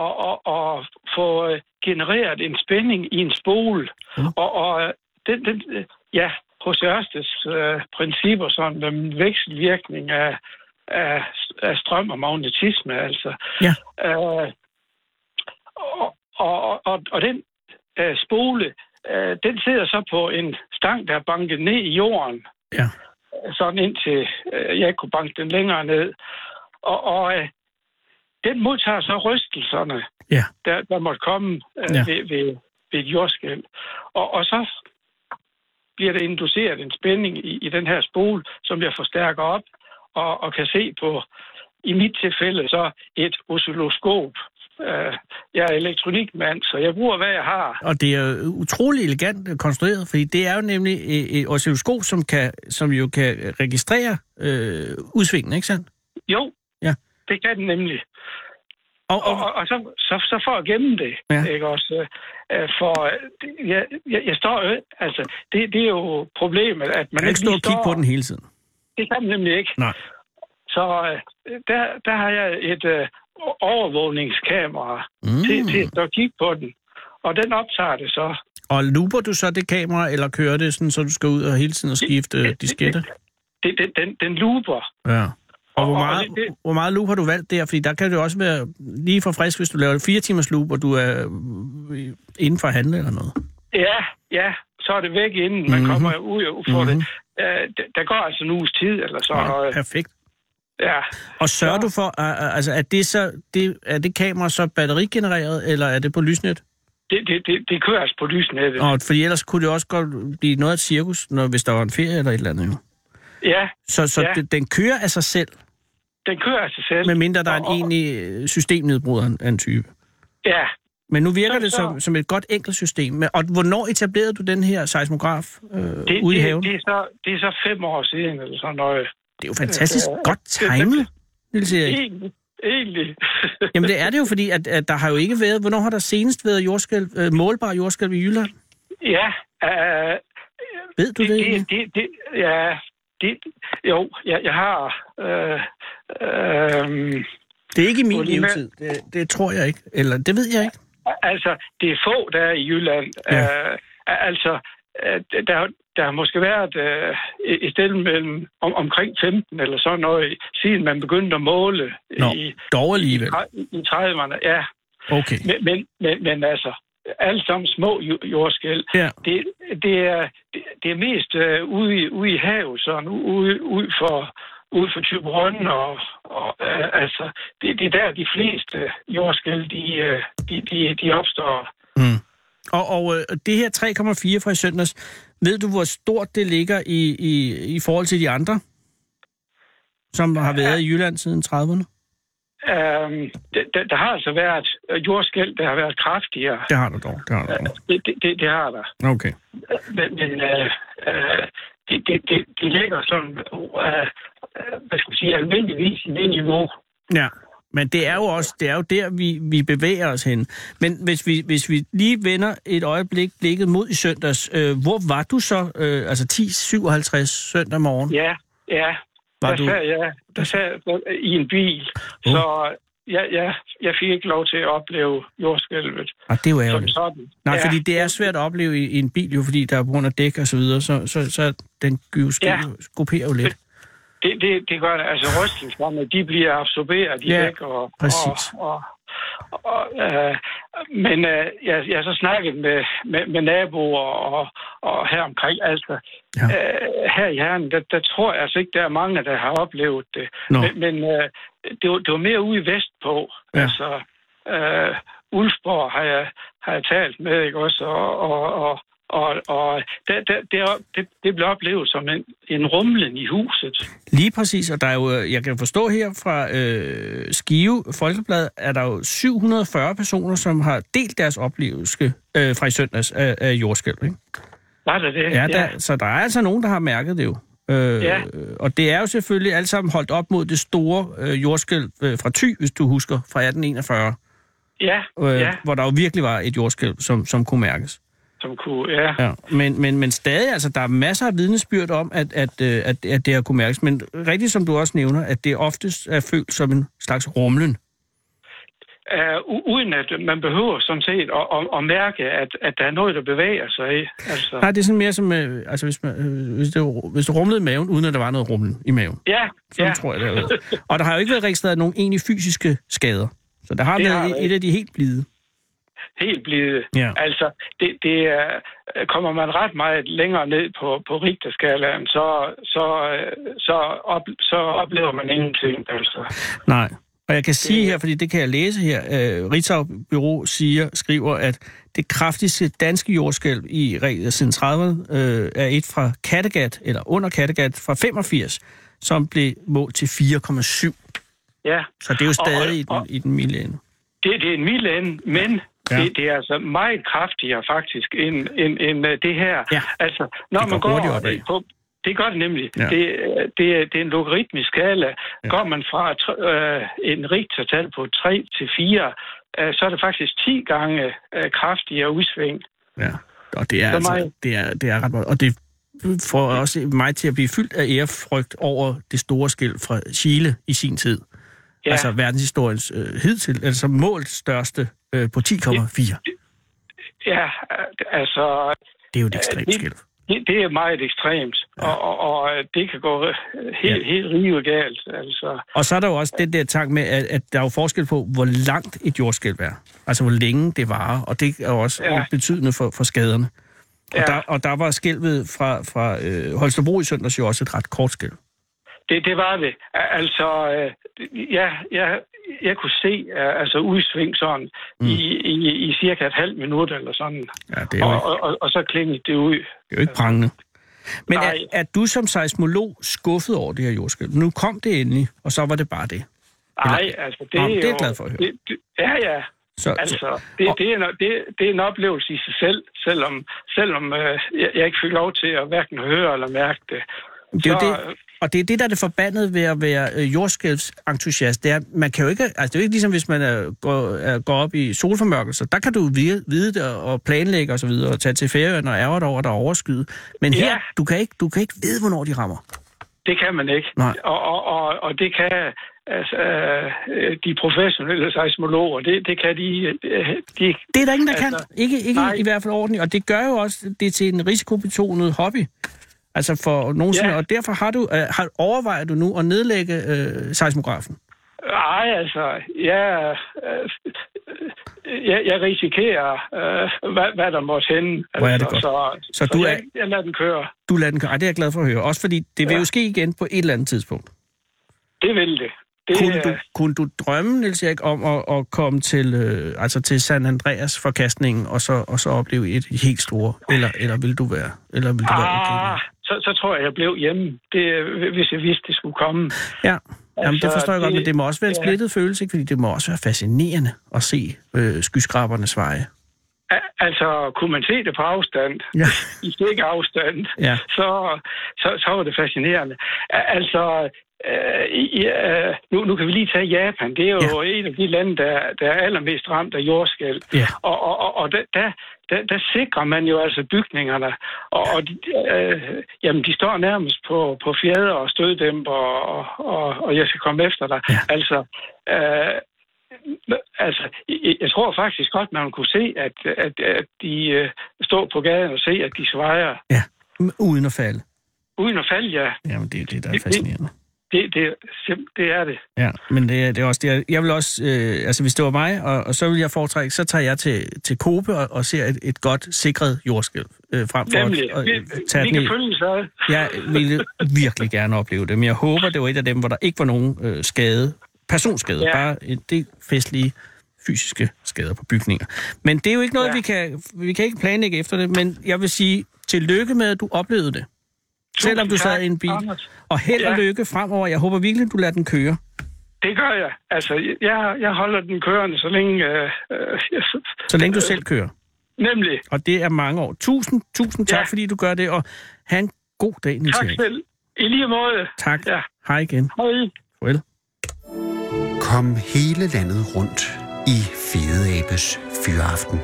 at, at, at få øh, genereret en spænding i en spole.
Mhm.
Mm. Og, og øh, den, den, øh, ja, hos Ørstes øh, principper, sådan den vekselvirkning af, af, af strøm og magnetisme, altså.
Ja.
Øh, og, og, og, og den øh, spole, øh, den sidder så på en stang, der er banket ned i jorden.
Ja.
Sådan indtil øh, jeg ikke kunne banke den længere ned. Og, og øh, den modtager så rystelserne,
Ja.
der, der måtte komme øh,
Ja.
ja. ved, ved, ved et jordskæld. Og, og så bliver der induceret en spænding i, i den her spole, som jeg forstærker op og, og kan se på, i mit tilfælde, så et oscilloskop. Øh, jeg er elektronikmand, så jeg bruger, hvad jeg har.
Og det er jo utrolig elegant øh, konstrueret, fordi det er jo nemlig øh, et oscilloskop, som, kan, som jo kan registrere øh, udsvingene, ikke sandt?
Jo,
Ja.
det kan den nemlig.
Og,
Og,
og,
og, og så, så, så for at gemme det,
Ja.
ja. ikke også? Øh, For øh, det- jeg, jeg, jeg står jo, altså, det, det er jo problemet, at man
man kan ikke stå
lige
og kigge på
står-
den hele tiden.
Det kan man nemlig ikke.
Nej.
Så øh, der, der har jeg et øh, overvågningskamera mm.
Hmm.
til, til at stå og kigge på den. Og den optager det så.
Og looper du så det kamera, eller kører det sådan, så du skal ud og hele tiden og skifte øh, disketter?
Det, den, den, den looper.
Ja. Og hvor
Og- og
meget,
det- det-
hvor meget loop har du valgt der? Fordi der kan det jo også være lige for frisk, hvis du laver fire timers loop, og du er øh, inden for at handle eller noget.
Ja, ja, så er det væk inden man
Mhm.
mm-hmm. kommer ud og får mm-hmm. det. Øh, d- der går altså en uges tid eller sådan noget.
Perfekt.
Ja.
Og sørger du for, øh, øh, altså er det, så, det, er det kamera så batterigenereret, eller er det på lysnet?
Det, det, det, det kører altså på lysnettet.
Og, fordi ellers kunne det også godt blive noget af et cirkus, når, hvis der var en ferie eller et eller andet. Jo.
Ja,
Så, så ja.
Ja.
den, den kører af sig selv,
den kører altså selv.
medmindre der er en
Og- og-
egentlig øh, systemnedbryder af en- af en type.
Ja,
Men nu virker
Så-
det
så-
som, som et godt enkelt system. Men- Og hvornår etablerede du den her seismograf øh,
det,
ude i
det,
haven?
det, er så, det er så fem år siden eller sådan noget.
Det er jo fantastisk
Øh,
godt
det- det-
timet, Niels Erik.
Egentlig. Egentlig.
Jamen det er det jo, fordi at, at der har jo ikke været... Hvornår har der senest været jordskælv, øh, målbar jordskælv i Jylland?
ja, øh,
Ved du det? egentlig?
det, det, det, ja, det, jo, jeg, jeg har... Øh, øh,
Det er ikke i min
Undskyld.
levetid. Det, det tror jeg ikke. Eller det ved jeg ikke.
Altså, det er få, der er i Jylland.
Ja.
Ja. Uh, altså, øh, der, der har måske været uh, i stedet mellem om, omkring 15 eller sådan noget, siden man begyndte at måle
Nå,
i,
dog alligevel.
i, i 30'erne. Ja,
Okay.
men, men, men, men altså, alle sammen små jo- jordskæl.
Ja.
Det, det, er, det, det er mest øh, ude, i, ude i havet, sådan ude, ude for ude for Tyberøn, og, og øh, altså, det, det er der, de fleste jordskæl, de, øh, de, de, de opstår.
Og, og øh, det her 3,4 fra i søndags, ved du, hvor stort det ligger i, i, i forhold til de andre, som har været i Jylland siden 30'erne?
Øhm, der, der, der har altså været øh, jordskæl, der har været kraftigere.
Det har du dog. Det har du dog.
Det, det, det, det har der.
Okay.
Men, men øh, øh, det, det, det, det ligger sådan, øh, øh, hvad skal man sige, almindeligvis i det niveau.
Ja, men det er jo også det er jo der, vi, vi bevæger os hen. Men hvis vi, hvis vi lige vender et øjeblik blikket mod i søndags, øh, hvor var du så, øh, altså 10.57 søndag morgen?
Ja, ja.
Var
der
du-
Sad jeg, der sad jeg i en bil,
Uh.
så jeg, jeg, jeg fik ikke lov til at opleve jordskælvet
Ah, det er jo
som
ærgerligt.
sådan.
Nej,
ja,
fordi det er svært at opleve i, i en bil jo, fordi der er på grund af dæk og så videre, så, så, så den gyveske ja.
Ja.
grupperer jo lidt.
det, det, det gør det. Altså rystelserne, de bliver absorberet i
Ja,
væk. Og,
præcis.
Og, og, og, øh, men øh, jeg, jeg har så snakket med, med, med naboer og, og her omkring. Altså,
Ja.
ja. øh, her i Herren, der, der tror jeg altså ikke, der er mange, der har oplevet det.
Nå.
Men, men øh, det, var, det var mere ude i vestpå.
Ja.
Ja. Altså, øh, Ulfborg har jeg, har jeg talt med, ikke også? Og, og, og, og, og det, det, det, det, det blev oplevet som en, en rumlen i huset.
Lige præcis, og der er jo, øh, jeg kan forstå her fra øh, Skive Folkeblad, er der jo 740 personer, som har delt deres oplevelse øh, fra i søndags af, af jordskælv, ikke?
Var det det?
Ja, der, så der er altså nogen, der har mærket det jo. Øh,
Ja.
Og det er jo selvfølgelig alt sammen holdt op mod det store øh, jordskælv øh, fra Thy, hvis du husker, fra 1841,
Ja,
øh,
ja,
hvor der jo virkelig var et jordskælv, som, som kunne mærkes.
som kunne, ja.
Ja, men, men, men stadig, altså, der er masser af vidnesbyrd om, at, at, øh, at, at det har kunne mærkes. Men rigtigt, som du også nævner, at det oftest er følt som en slags rumlen.
Uh, uden at man behøver sådan set at, at, at mærke, at, at der er noget, der bevæger sig. ikke? Altså,
Nej, det er sådan mere som, øh, altså, hvis, man, øh, hvis, det, hvis det rumlede i maven, uden at der var noget rumlen i maven.
ja,
Sådan
ja,
ja. tror jeg, det har været. Og der har jo ikke været registreret nogen egentlig fysiske skader. Så der har
Det
været
har der
et, et
ikke.
af de helt blide.
helt blide.
Ja.
Altså, det, det er, kommer man ret meget længere ned på, på Richterskalaen, så, så, øh, så, op, så oplever man ingenting. Altså.
Nej. Og jeg kan sige her, fordi det kan jeg læse her, øh, Ritzau Bureau siger, skriver, at det kraftigste danske jordskælv i re- siden 30'erne øh, er et fra Kattegat, eller under Kattegat, fra 85, som blev målt til 4,7. Så
Ja,
det er jo
Og-
stadig i,
og-
den, i den milde ende.
det, det er en mild ende, men
Ja.
ja. det, det er altså meget kraftigere faktisk end, end, end øh, det her.
Ja.
Altså, når
Det
man
går
går
hurtigt opad.
på, det gør det nemlig.
Ja.
Ja. Det, øh, det, er- det er en logaritmisk skala.
Ja.
Ja. Går man fra tr- øh, en rigtertal på 3 til 4, øh, så er det faktisk 10 gange øh, kraftigere udsving.
Ja. Og det er,
Så
altså,
meget.
det er, det er ret meget. Og det får også mig til at blive fyldt af ærefrygt over det store skæld fra Chile i sin tid. Ja.
Ja.
Altså verdenshistoriens øh, hidtil, altså målt største øh, på 10,4.
Ja, øh, altså,
Det er jo et ekstremt
det-
skælv.
det, det er meget ekstremt, ja. og, og, og øh, det kan gå øh, helt, ja. helt rivegalt. Altså,
Og så er der jo også den der tanke med, at, at der er jo forskel på, hvor langt et jordskælv er. Altså, hvor længe det varer. Og det er jo også ja.
Ja.
betydende for, for skaderne. Og,
Ja.
der, og der var skælvet fra, fra øh, Holstebro i søndags jo også et ret kort skælv.
Det, det var det. Al- Altså, øh, ja, jeg, jeg kunne se øh, altså udsving sådan mm. i, i, i cirka et halvt minut eller sådan.
Ja, det er jo
Og,
ikke,
og, og, og så klingede det ud.
det er jo ikke prangende. Men er,
Nej.
er du som seismolog skuffet over det her jordskælv? Nu kom det endelig, og så var det bare det.
Nej, altså det
Nå,
er
men det er jeg
jo-
glad for at høre.
Det, det, ja, ja.
Så, så,
Altså, det,
Og-
det, er en, det, det er en oplevelse i sig selv, selvom, selvom øh, jeg, jeg ikke fik lov til at hverken høre eller mærke det.
det er jo
så-
det, og det er det, der er det forbandede ved at være øh, jordskælvsentusiast. Det er, man kan jo ikke, altså det er jo ikke ligesom, hvis man er, går, er, går op i solformørkelser. Der kan du vide, vide det og planlægge osv., og, så videre, og tage til ferien og ærger dig over, at der er overskyet. Men
Ja.
her, du kan, ikke, du kan ikke vide, hvornår de rammer.
Det kan man ikke.
Nej.
Og, og, og, og det kan altså, øh, de professionelle seismologer, det, det kan de, øh, de
Det er der ingen, der altså,
Altså,
kan. Ikke, ikke
nej.
i hvert fald ordentligt. Og det gør jo også det til en risikobetonet hobby. Altså for nogensinde. Ja.
Ja.
Og derfor har du, øh, har, overvejer du nu at nedlægge øh, seismografen.
Nej, altså, jeg, øh, jeg, jeg risikerer, øh, hvad, hvad der måtte hænde.
Hvor er det
Altså, Så,
Så
så,
du
du jeg,
er-
jeg lader den køre.
Du lader den køre. Ej, det er jeg glad for at høre. Også fordi det vil
Ja.
jo ske igen på et eller andet tidspunkt.
Det vil det. det
Kunne du,
øh,
kunne du drømme, Niels Erik, om at, at komme til, øh, altså til San Andreas forkastningen og så, og så opleve et helt store? Eller, eller vil du være? Eller vil du være
Ah,
okay?
så, så tror jeg, jeg blev hjemme, det, øh, hvis jeg vidste, det skulle komme.
Ja, Jamen, det
Altså,
forstår jeg godt,
det-
men det må også være en
ja.
splittet følelse, ikke? fordi det må også være fascinerende at se øh, skyskrabernes veje.
Al- Altså, kunne man se det på afstand,
Ja.
i sikker afstand,
Ja.
så, så, så var det fascinerende. Al- Altså, øh, i- øh, nu, nu kan vi lige tage Japan. Det er jo ja. et af de lande, der, der er allermest ramt af jordskæld.
Ja.
Og, og, og, og der, der, der, der sikrer man jo altså bygningerne. Og, og de, øh, jamen, de står nærmest på, på fjader og støddæmper, og, og, og jeg skal komme efter dig. Ja. Altså, øh, altså, jeg- jeg tror faktisk godt, man kunne se, at, at, at de øh, står på gaden og se, at de svejer.
Ja, m- uden at falde.
Uden at falde, ja.
Jamen, det er jo det, der
Det-
er
det-
fascinerende.
Det, det, er simp- det er det.
Ja, men det, er- det er også det. Jeg, jeg vil også, øh, altså hvis det var mig, og, og så vil jeg foretrække, så tager jeg til, til Kobe og, og ser et, et godt, sikret jordskælv øh, frem for
Nemlig,
at, at
vi,
øh, tage
vi
den
kan
i.
følge sig.
Jeg ville virkelig gerne opleve det, men jeg håber, det var et af dem, hvor der ikke var nogen øh, skade, personskade, ja.
Ja.
bare en del festlige fysiske skader på bygninger. Men det er jo ikke noget, ja.
Ja.
vi, kan, vi kan ikke planlægge efter det, men jeg vil sige, tillykke med, at du oplevede det. Selvom du sad
tak,
i en bil.
Anders.
Og held og
Ja.
lykke fremover. Jeg håber virkelig, du lader den køre.
Det gør jeg. Altså, jeg, jeg holder den kørende, så længe... Øh, øh,
Så længe du selv kører.
nemlig.
Og det er mange år. Tusind, tusind tak, ja.
Ja.
fordi du gør det, og have en god dag, Nils
Tak
Erik.
selv. I lige måde.
Tak.
Ja.
Hej igen.
Hej.
Farvel.
Kom hele landet rundt i Fede Abes Fyraften.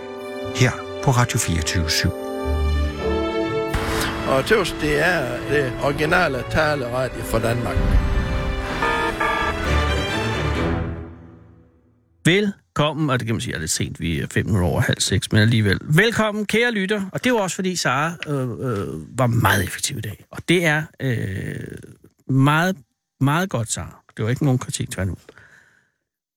Her på Radio 24 7.
Og tøs, det er det originale taleradio for Danmark.
Velkommen, og det kan man sige er lidt sent, vi er 5 minutter over halv seks, men alligevel. Velkommen, kære lytter, og det var også fordi Sara øh, øh, var meget effektiv i dag. Og det er øh, meget, meget godt, Sara. Det var ikke nogen kritik, tværtimod.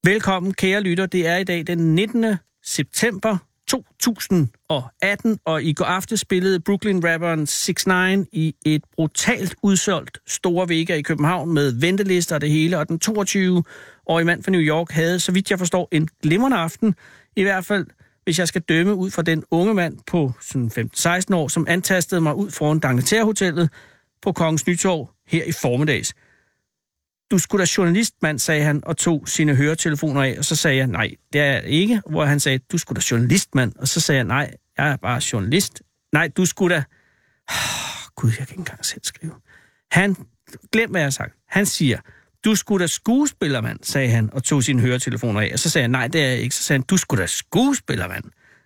Velkommen, kære lytter. Det er i dag den 19. september 2018, og i går aften spillede Brooklyn-rapperen 6 9 i et brutalt udsolgt Store Vega i København med ventelister og det hele, og den 22-årige mand fra New York havde, så vidt jeg forstår, en glimrende aften, i hvert fald hvis jeg skal dømme ud fra den unge mand på sådan 15-16 år, som antastede mig ud foran Dangleterhotellet på Kongens Nytorv her i formiddags du skulle da journalist, mand, sagde han, og tog sine høretelefoner af, og så sagde jeg, nej, det er jeg ikke, hvor han sagde, du skulle da journalist, mand, og så sagde jeg, nej, jeg er bare journalist. Nej, du skulle da... Gud, jeg kan ikke engang selv skrive. Han, glem hvad jeg har sagt, han siger, du skulle da skuespiller, mand, sagde han, og tog sine høretelefoner af, og så sagde jeg, nej, det er jeg ikke, så sagde han, du skulle da skuespiller, mand.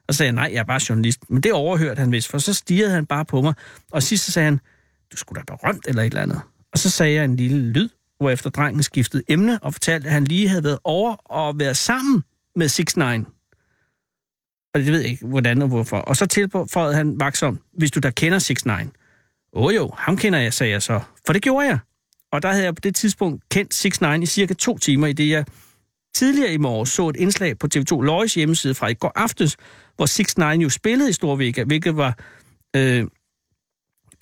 Og så sagde jeg, nej, jeg er bare journalist. Men det overhørte han vist, for så stirrede han bare på mig. Og sidst så sagde han, du skulle da berømt eller et eller andet. Og så sagde jeg en lille lyd, hvorefter drengen skiftede emne og fortalte, at han lige havde været over og været sammen med 6 9 Og det ved jeg ikke, hvordan og hvorfor. Og så tilføjede han vaksom, hvis du der kender 6 9 Åh jo, ham kender jeg, sagde jeg så. For det gjorde jeg. Og der havde jeg på det tidspunkt kendt 6 9 i cirka to timer, i det jeg tidligere i morges så et indslag på TV2 Løjes hjemmeside fra i går aftes, hvor 6 9 jo spillede i Storvika, hvilket var... Øh,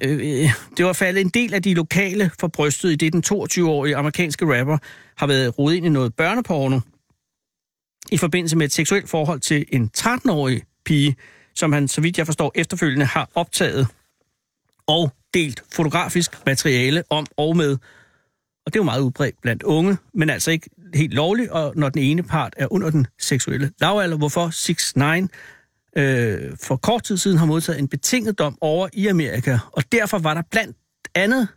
øh, det var faldet en del af de lokale for brystet, i det den 22-årige amerikanske rapper har været rodet ind i noget børneporno i forbindelse med et seksuelt forhold til en 13-årig pige, som han, så vidt jeg forstår, efterfølgende har optaget og delt fotografisk materiale om og med. Og det er jo meget udbredt blandt unge, men altså ikke helt lovligt, og når den ene part er under den seksuelle lavalder, hvorfor 6 9 øh, for kort tid siden har modtaget en betinget dom over i Amerika, og derfor var der blandt andet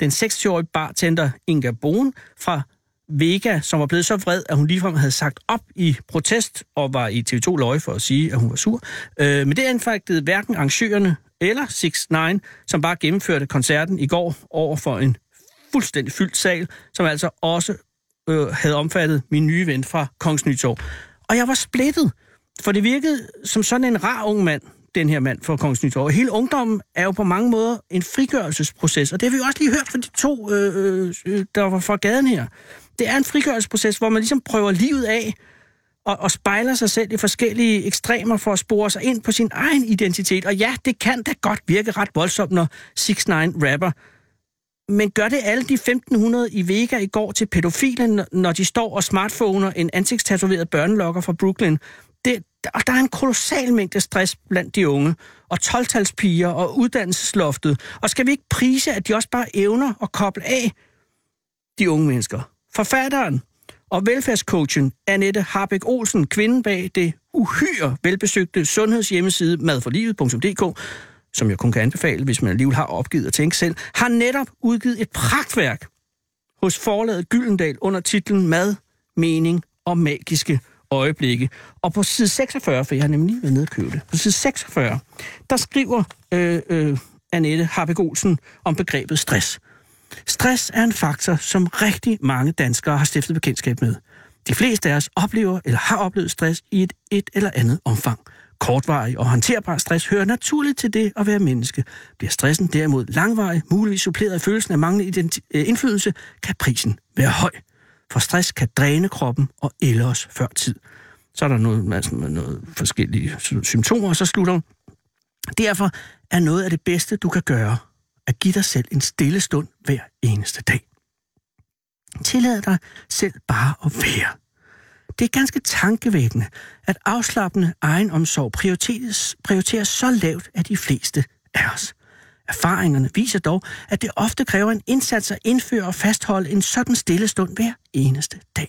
den 26-årige bartender Inga Bohn fra Vega, som var blevet så vred, at hun ligefrem havde sagt op i protest og var i TV2 Løje for at sige, at hun var sur. Øh, men det anfægtede hverken arrangørerne eller 6 9 som bare gennemførte koncerten i går over for en fuldstændig fyldt sal, som altså også øh, havde omfattet min nye ven fra Kongens Nytorv. Og jeg var splittet, for det virkede som sådan en rar ung mand, den her mand fra Kongens Nytorv. Og Hele ungdommen er jo på mange måder en frigørelsesproces, og det har vi jo også lige hørt fra de to, øh, øh, øh, der var fra gaden her. Det er en frigørelsesproces, hvor man ligesom prøver livet af og, og spejler sig selv i forskellige ekstremer for at spore sig ind på sin egen identitet. Og ja, det kan da godt virke ret voldsomt, når 6 9 rapper. Men gør det alle de 1.500 i Vega i går til pædofile, når- når de står og smartphoner en ansigtstatoveret børnelokker fra Brooklyn? det, og der er en kolossal mængde stress blandt de unge, og 12-talspiger og uddannelsesloftet. Og skal vi ikke prise, at de også bare evner at koble af de unge mennesker? Forfatteren og velfærdscoachen Annette Harbæk Olsen, kvinden bag det uhyre velbesøgte sundhedshjemmeside madforlivet.dk, som jeg kun kan anbefale, hvis man alligevel har opgivet at tænke selv, har netop udgivet et pragtværk hos forlaget Gyldendal under titlen Mad, Mening og Magiske Øjeblikke. Og på side 46, for jeg har nemlig lige været nede og købe det, på side 46, der skriver øh, øh, Annette Harbæk Olsen om begrebet stress. Stress er en faktor, som rigtig mange danskere har stiftet bekendtskab med. De fleste af os oplever eller har oplevet stress i et et eller andet omfang. Kortvarig og håndterbar stress hører naturligt til det at være menneske. Bliver stressen derimod langvarig, muligvis suppleret af følelsen af manglende identi- øh, indflydelse, kan prisen være høj. For stress kan dræne kroppen og ældre os før tid. Så er der noget, altså noget forskellige sy- symptomer, og så slutter hun. Derfor er noget af det bedste, du kan gøre, at give dig selv en stille stund hver eneste dag. Tillad dig selv bare at være. Det er ganske tankevækkende, at afslappende egenomsorg prioriteres, prioriteres så lavt af de fleste af os. Erfaringerne viser dog, at det ofte kræver en indsats at indføre og fastholde en sådan stille stund hver eneste dag.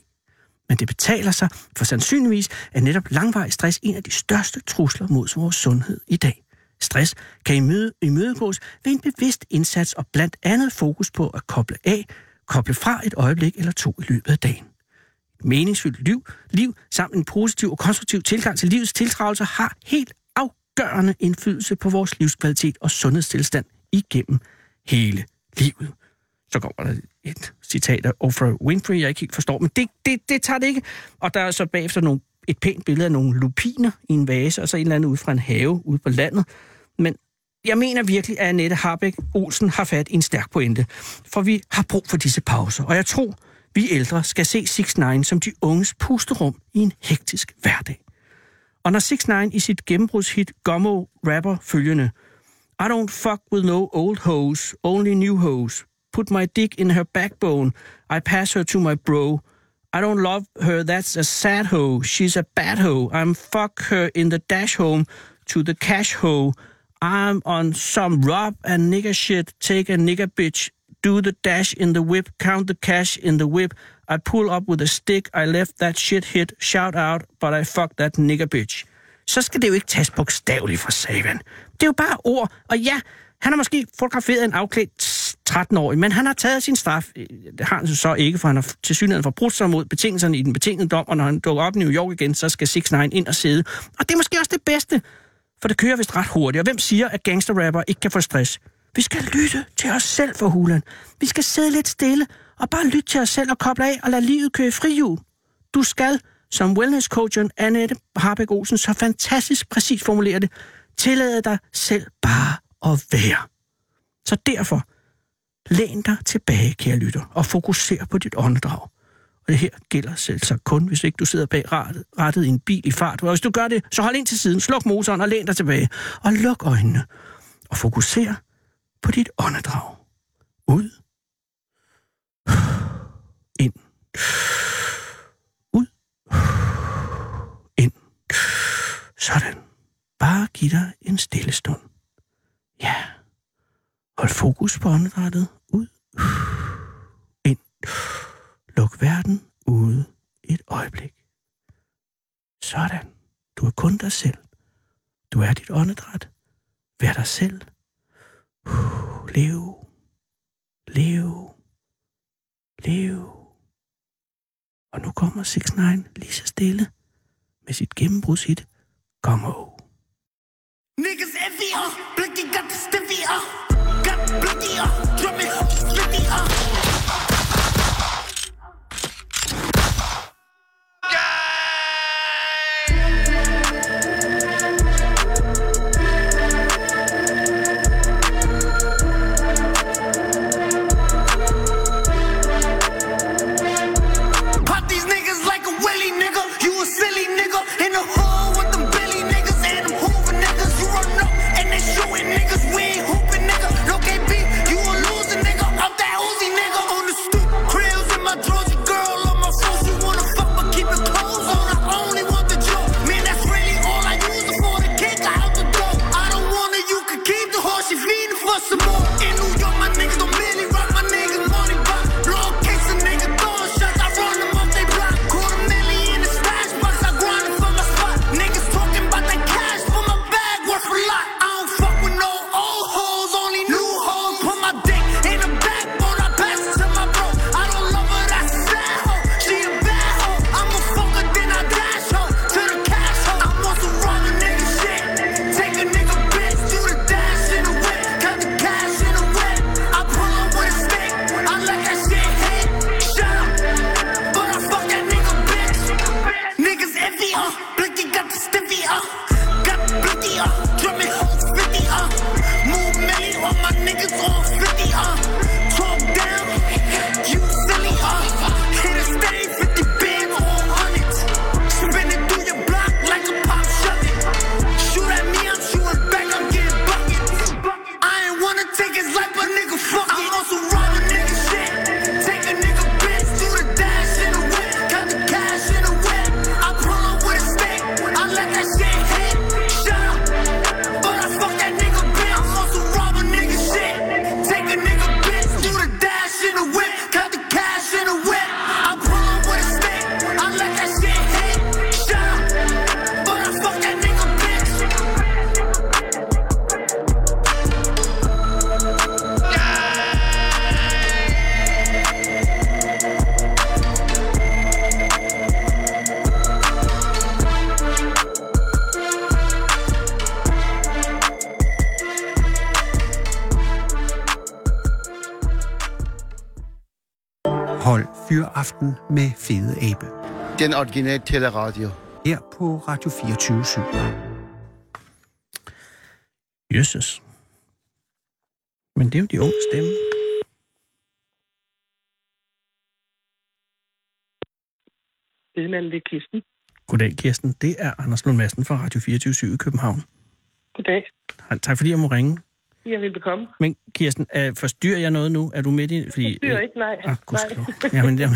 Men det betaler sig, for sandsynligvis er netop langvarig stress en af de største trusler mod vores sundhed i dag. stress kan imøde, imødegås ved en bevidst indsats og blandt andet fokus på at koble af, koble fra et øjeblik eller to i løbet af dagen. Et meningsfyldt liv, liv samt en positiv og konstruktiv tilgang til livets tiltrædelser har helt afgørende indflydelse på vores livskvalitet og sundhedstilstand igennem hele livet. Så kommer der et citat af Oprah Winfrey, jeg ikke helt forstår, men det, det, det tager det ikke. Og der er så bagefter nogle, et pænt billede af nogle lupiner i en vase, og så en eller anden ud fra en have ude på landet. Men jeg mener virkelig, at Annette Harbæk Olsen har fat i en stærk pointe, for vi har brug for disse pauser, og jeg tror, vi ældre skal se 6 9 som de unges pusterum i en hektisk hverdag. Og når 6 9 i sit gennembrudshit Gommo rapper følgende – i don't fuck with no old hoes, only new hoes. Put my dick in her backbone. I pass her to my bro. I don't love her, that's a sad hoe. She's a bad hoe. I'm fuck her in the dash home to the cash hoe. I'm on some rob and nigga shit. Take a nigga bitch. Do the dash in the whip. Count the cash in the whip. I pull up with a stick. I left that shit hit. Shout out, but I fuck that nigga bitch. så skal det jo ikke tages bogstaveligt for Savan. Det er jo bare ord, og ja, han har måske fotograferet en afklædt 13-årig, men han har taget sin straf. Øh, Det har han så ikke, for han har til synligheden forbrudt sig mod betingelserne i den betingede dom, og når han dukker op i New York igen, så skal 6 9 ind og sidde. Og det er måske også det bedste, for det kører vist ret hurtigt, og hvem siger, at gangsterrapper ikke kan få stress? Vi skal lytte til os selv for hulen. Vi skal sidde lidt stille og bare lytte til os selv og koble af og lade livet køre i frihjul. Du skal, som wellness-coachen Annette Harbeck Olsen så fantastisk præcis formulerer det, tillade dig selv bare at være. Så derfor, læn dig tilbage, kære lytter, og fokuser på dit åndedrag. Og det her gælder selv så kun, hvis ikke du sidder bag rattet, rattet i en bil i fart. Og hvis du gør det, så hold ind til siden, sluk motoren og læn dig tilbage. Og luk øjnene. Og fokuser på dit åndedrag. Ud. Ind. ind. Sådan. Bare giv dig en stille stund. Ja. Hold fokus på åndedrættet. Ud. Ind. Luk verden ude et øjeblik. Sådan. Du er kun dig selv. Du er dit åndedræt. Vær dig selv. Lev. Lev. Lev. Og nu kommer 6 9 lige så stille med sit gennembrudshit Come Home.
Niggas envy us, blicky got the stiffy up, got blicky up, drum it up, stiffy up. Pop these niggas like a willy nigga. You a silly nigga in the hood with them Billy niggas and them Hoover niggas. You run up and they shooting niggas. We ain't
Fyraften med Fede Abe.
Den originale teleradio.
Her på Radio 24 7.
Jesus. Men det er jo de unge stemme.
Siden alle det kisten.
Goddag, Kirsten. Det er Anders Lund Madsen fra Radio 24 i København.
Goddag.
Hej, Tak fordi jeg må ringe.
I er velbekomme.
Men Kirsten, øh, forstyrrer jeg noget nu? Er du midt i... Fordi,
Dyr ikke, nej.
Ah,
nej.
Jamen, jamen.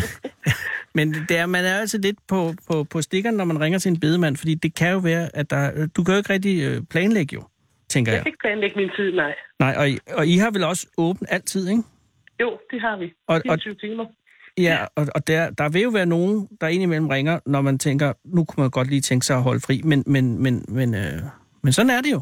Men det er, man er altså lidt på, på, på stikkeren, når man ringer til en bedemand, fordi det kan jo være, at der, du kan jo ikke rigtig øh, planlægge jo, tænker
Jeg
jeg.
kan ikke planlægge min tid, nej.
Nej, og, I- og I har vel også åbent altid, ikke?
Jo, det har vi.
Og- og-
24 timer.
Ja, og, og der, der vil jo være nogen, der indimellem ringer, når man tænker, nu kunne man godt lige tænke sig at holde fri, men, men, men, men, øh, men sådan er det jo.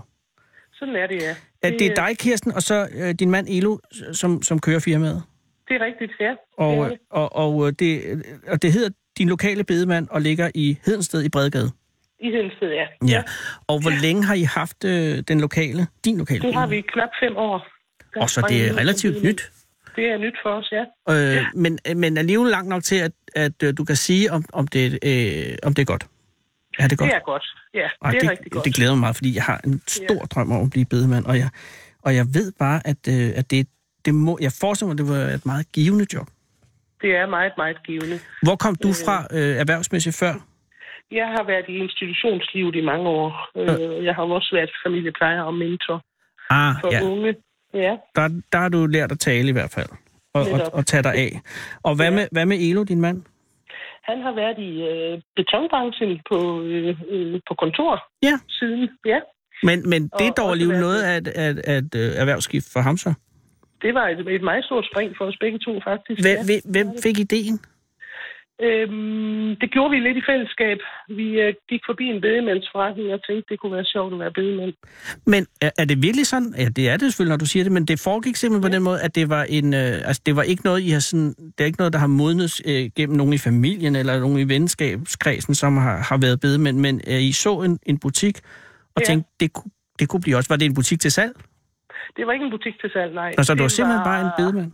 Sådan er det, ja.
At det er dig, Kirsten, og så øh, din mand Elo, som, som kører firmaet.
Det er rigtigt, ja.
Og,
Det er
øh, og, og, øh, det, øh, og det hedder din lokale bedemand og ligger i Hedensted i Bredegade.
I Hedensted, ja.
Ja. Og hvor længe har I haft øh, den lokale, din lokale
Det har
bedemand?
vi i knap fem år. Der
Og så det er relativt nyt.
Det er nyt for os, ja.
Øh, men, men alligevel langt nok til, at, at øh, du kan sige, om, om, det, øh, om det er godt. Er det godt?
Det er godt, ja.
Ej,
det er
det,
rigtig godt.
det glæder mig meget, fordi jeg har en stor ja. drøm om at blive bedemand, og jeg, og jeg ved bare, at, øh, at det, det må, jeg forestiller mig, det var et meget givende job.
Det er meget, meget givende.
Hvor kom du fra øh, erhvervsmæssigt før?
Jeg har været i institutionslivet i mange år. Øh, Jeg har også været familieplejer og mentor
Ah,
for
ja.
unge. Ja.
Der, der har du lært at tale i hvert fald, og, og,
Netop.
og tage dig af. Og hvad, med, hvad med Elo, din mand?
Han har været i øh, betonbranchen på, øh, øh, på kontor
ja.
siden. Ja,
Men, men det er
Og
dog
også
alligevel
været-
noget af et, at, at, øh, erhvervsskift for ham så.
det var et, et meget stort spring for os begge to, faktisk.
Hvem,
ja.
hvem, hvem fik ideen?
Øhm, det gjorde vi lidt i fællesskab. Vi øh, gik forbi en bedemandsforretning og tænkte, det kunne være sjovt at være bedemand.
Men er, er det virkelig sådan? Ja, det er det selvfølgelig, når du siger det, men det foregik simpelthen på den måde, at det var en, øh, altså det var ikke noget, I har sådan, det er ikke noget, der har modnet øh, gennem nogen i familien eller nogen i venskabskredsen, som har, har været bedemænd, men øh, I så en, en butik
Ja.
og ja. tænkte, det kunne, det kunne blive også. Var det en butik til salg?
Det var ikke en butik til salg, nej.
Altså, du var
Det
simpelthen bare en bedemand?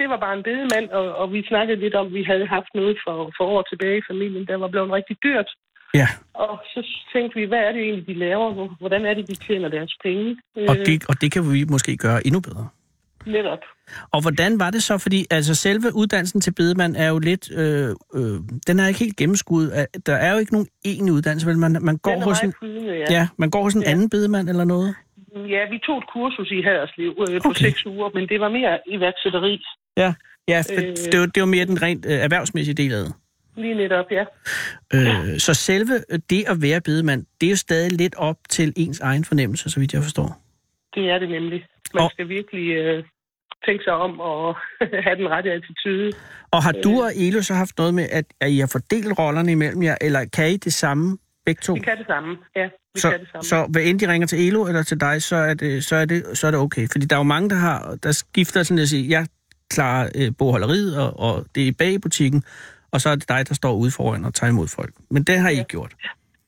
Det var bare en bedemand, og, og vi snakkede lidt om, at vi havde haft noget for, for år tilbage i familien, der var blevet rigtig dyrt.
Ja.
Og så tænkte vi, hvad er det egentlig, de laver? Hvor- Hvordan er det, de tjener deres penge?
Og det, og det kan vi måske gøre endnu bedre.
Netop.
Og hvordan var det så? Fordi altså, selve uddannelsen til bedemand er jo lidt... Øh, øh, den er ikke helt gennemskuddet. af- Der er jo ikke nogen egentlig uddannelse, vel? Man, man går
Den er
hos en,
meget flydende, ja.
ja, man går hos en anden bedemand eller noget?
Ja, vi tog et kursus i Haderslev øh, på okay. seks uger, men det var mere iværksætteri
Ja, ja for,
Øh.
øh, det, var, det var mere den rent øh, erhvervsmæssige del af det.
lige netop, ja.
Øh, så selve det at være bedemand, det er jo stadig lidt op til ens egen fornemmelse, så vidt jeg forstår.
Det er det nemlig. Man skal virkelig øh, tænke sig om og have den rette attitude.
Og har du
Øh.
og Elo så haft noget med, at, at I har fordelt rollerne imellem jer, eller kan I det samme begge to?
Vi kan det samme. Ja, vi
så,
kan det samme.
så hvad end de ringer til Elo eller til dig, så er det, så er det, så er det okay. Fordi der er jo mange, der, har, der skifter sådan at sige, jeg klarer øh, bogholderiet, og, og det er bag i butikken, og så er det dig, der står ude foran og tager imod folk. Men det har I ikke gjort.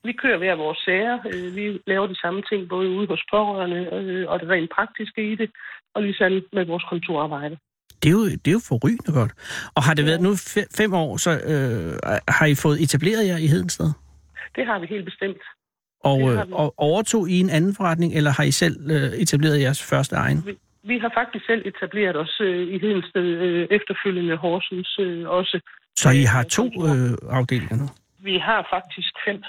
Vi kører hver vores sager. Øh, Vi laver de samme ting både ude hos pårørende øh, og det rent praktiske i det, og ligesom med vores kontorarbejde.
Det er, jo, det er jo forrygende godt. Og har det været nu fe- fem år, så øh, har I fået etableret jer i Hedensted?
Det har vi helt bestemt.
Og,
Det
øh,
har vi.
og overtog I en anden forretning, eller har I selv øh, etableret jeres første egen?
Vi, vi har faktisk selv etableret os øh, i Hedensted, øh, efterfølgende Horsens øh, også.
Så I har to øh, afdelinger nu?
Vi har faktisk fem.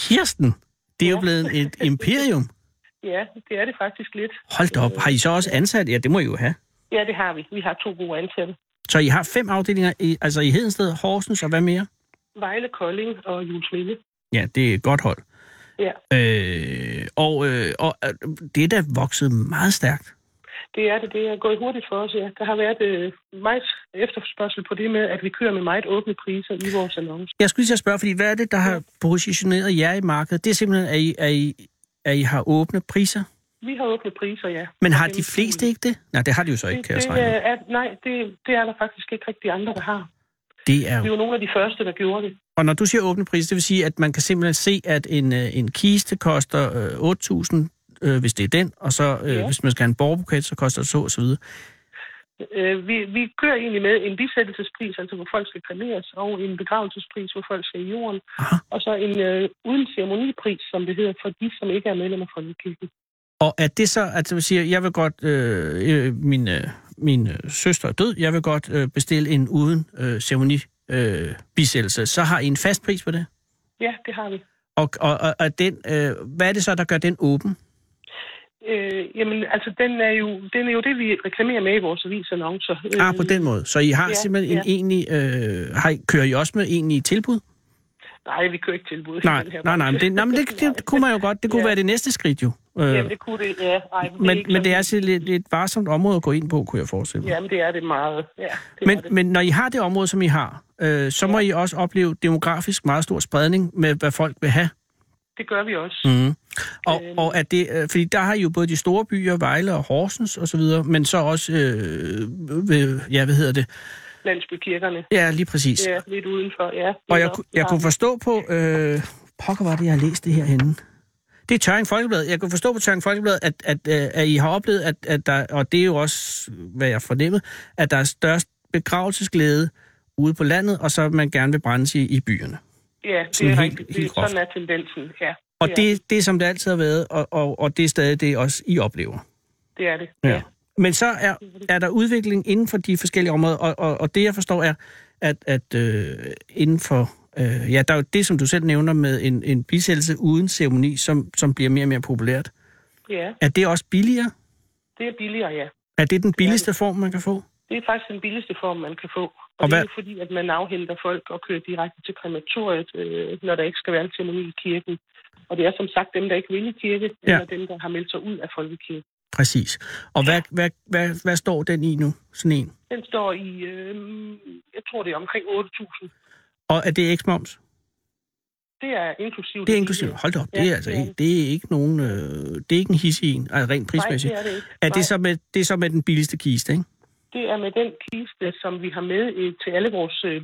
Kirsten, det er jo blevet et imperium.
Ja, det er det faktisk lidt.
Hold da op. Har I så også ansat? Ja, det må I jo have.
Ja, det har vi. Vi har to gode ansatte.
Så I har fem afdelinger, i, altså i Hedensted, Horsens og hvad mere?
Vejle, Kolding og Julesminde.
Ja, det er et godt hold.
Ja,
Øh, og, øh, og øh, det er da vokset meget stærkt.
det er det. Det er gået hurtigt for os, ja. Der har været øh, meget efterspørgsel på det med, at vi kører med meget åbne priser i vores annonce.
Jeg skulle lige til at spørge, fordi hvad er det, der har positioneret jer i markedet? Det er simpelthen, at I, at I, at I har åbne priser.
Vi har åbne priser, ja.
Men har de fleste ikke det? Nej, det har de jo så ikke, kan jeg
det,
også regne
øh,
med.
er, nej, det, det er der faktisk ikke rigtig andre, der har.
Det er
Vi
jo...
var nogle af de første, der gjorde det.
Og når du siger åbne priser, det vil sige, at man kan simpelthen se, at en, øh, en kiste koster øh, 8.000, øh, hvis det er den, og så øh,
Ja.
hvis man skal have en borgerbuket, så koster det så og så videre.
Øh, vi, vi kører egentlig med en bisættelsespris, altså hvor folk skal kremeres, og en begravelsespris, hvor folk skal i jorden, Aha. og så en øh, uden ceremonipris, som det hedder, for de, som ikke er medlem af Folkekirken.
Og er det så, at du siger, jeg vil godt, øh, øh, min, øh, min øh, søster er død, jeg vil godt øh, bestille en uden øh, ceremoni øh, bisættelse, så har I en fast pris på det?
Ja, det har vi.
Og, og, og, og den, øh, hvad er det så, der gør den åben?
Øh, jamen, altså, den er, jo, den er jo det, vi reklamerer med i vores avisannoncer.
Ah, på den måde. Så I har ja, simpelthen en ja. egentlig... Øh, har I, kører I også med egentlige tilbud?
Nej, vi kører ikke tilbud.
Nej, nej, nej, men det, nej, men det, det kunne man jo godt. Det kunne ja. være det næste skridt jo.
Øh, jamen, det kunne det, ja. Ej,
men, men, det men det er altså lidt, lidt varsomt område at gå ind på, kunne jeg forestille mig.
Jamen, det er det meget. Ja, det
men,
er det.
men når I har det område, som I har, øh, så må ja. I også opleve demografisk meget stor spredning med, hvad folk vil have.
Det gør vi også.
Mm. Og, øhm. og er det, øh, fordi der har I jo både de store byer, Vejle og Horsens osv., og men så også, øh, ved, ja, hvad hedder det?
Landsbykirkerne.
Ja, lige præcis.
Ja, lidt udenfor, ja.
Og jeg, jeg ja. kunne forstå på, øh, pokker var det, jeg har læst det herhenne. Det er Tøring Folkeblad. Jeg kunne forstå på Tøring Folkeblad, at, at, at, at I har oplevet, at, at der, og det er jo også, hvad jeg fornemmede, at der er størst begravelsesglæde ude på landet, og så man gerne vil brændes i, i byerne.
Ja, det sådan er helt, rigtigt. Helt sådan er tendensen, ja.
Og det, det, det er som det altid har været, og, og, og det er stadig det, også I oplever.
Det er det, ja. ja.
Men så er, er der udvikling inden for de forskellige områder, og, og, og det jeg forstår er, at, at øh, inden for... Øh, ja, der er jo det, som du selv nævner med en, en bisættelse uden ceremoni, som, som bliver mere og mere populært.
Ja.
Er det også billigere?
Det er billigere, ja.
Er det den billigste det det. form, man kan få?
Det er faktisk den billigste form, man kan få. Og, og det er jo fordi, at man afhenter folk og kører direkte til krematoriet, øh, når der ikke skal være en ceremoni i kirken. Og det er som sagt dem, der ikke vil i kirke, ja. eller dem, der har meldt sig ud af folkekirken.
Præcis. Og hvad, ja. hvad, hvad, hvad, hvad står den i nu, sådan en?
Den står i, øh, jeg tror det er omkring 8.000.
Og er det eksmoms?
Det er inklusivt.
Det er inklusivt. Hold op, ja, det er altså det er ikke, det er ikke nogen, øh, det er ikke en hisse en, altså rent prismæssigt.
Nej, det er det ikke.
Er det,
Nej.
så med, det er så med den billigste kiste, ikke?
det er med den kiste, som vi har med øh, til alle vores øh,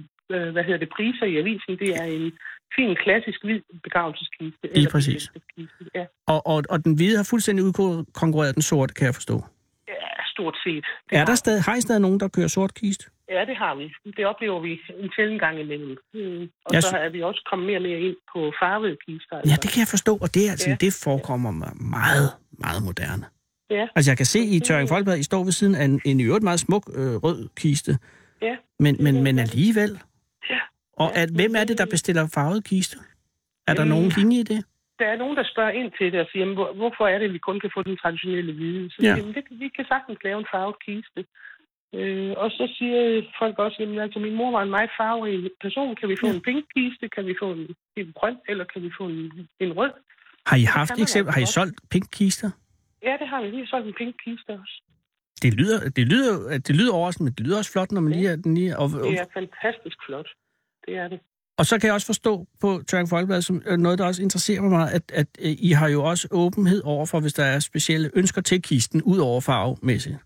hvad hedder det, priser i avisen. Det er en fin, klassisk hvid begravelseskiste.
Lige eller præcis. Kiste, ja. og, og, og den hvide har fuldstændig udkonkurreret den sorte, kan jeg forstå.
Ja, stort set.
Det er der vi. stadig, har I stadig nogen, der kører sort kiste?
Ja, det har vi. Det oplever vi en sjældent gang imellem. Mm. Og jeg så er vi også kommet mere og mere ind på farvede kister.
Altså. Ja, det kan jeg forstå, og det, er, altså, ja. det forekommer mig meget, meget moderne.
Ja.
Altså, jeg kan se i Tøring Folkeblad, I står ved siden af en, en i øvrigt meget smuk øh, rød kiste.
Ja.
Men, men, men alligevel.
Ja.
Og at, hvem er det, der bestiller farvet kiste? Er der nogen linje i det?
Der er nogen, der spørger ind til det og siger, hvor, hvorfor er det, at vi kun kan få den traditionelle hvide? Så ja. siger, det, vi kan sagtens lave en farvet kiste. Øh, og så siger folk også, at altså, min mor var en meget farverig person. Kan vi få ja. en pink kiste? Kan vi få en, en grøn? Eller kan vi få en, en rød?
Har I haft
altså
eksempel? Har I solgt pink kister?
Ja, det har vi. Vi har solgt en pink kiste også.
Det lyder, det lyder, det lyder overraskende, men det lyder også flot, når man ja. lige er den lige...
Og, det er fantastisk flot. Det er det.
Og så kan jeg også forstå på Tørk Folkeblad, som øh, noget, der også interesserer mig meget, at, at I har jo også åbenhed overfor, hvis der er specielle ønsker til kisten, ud over farvemæssigt.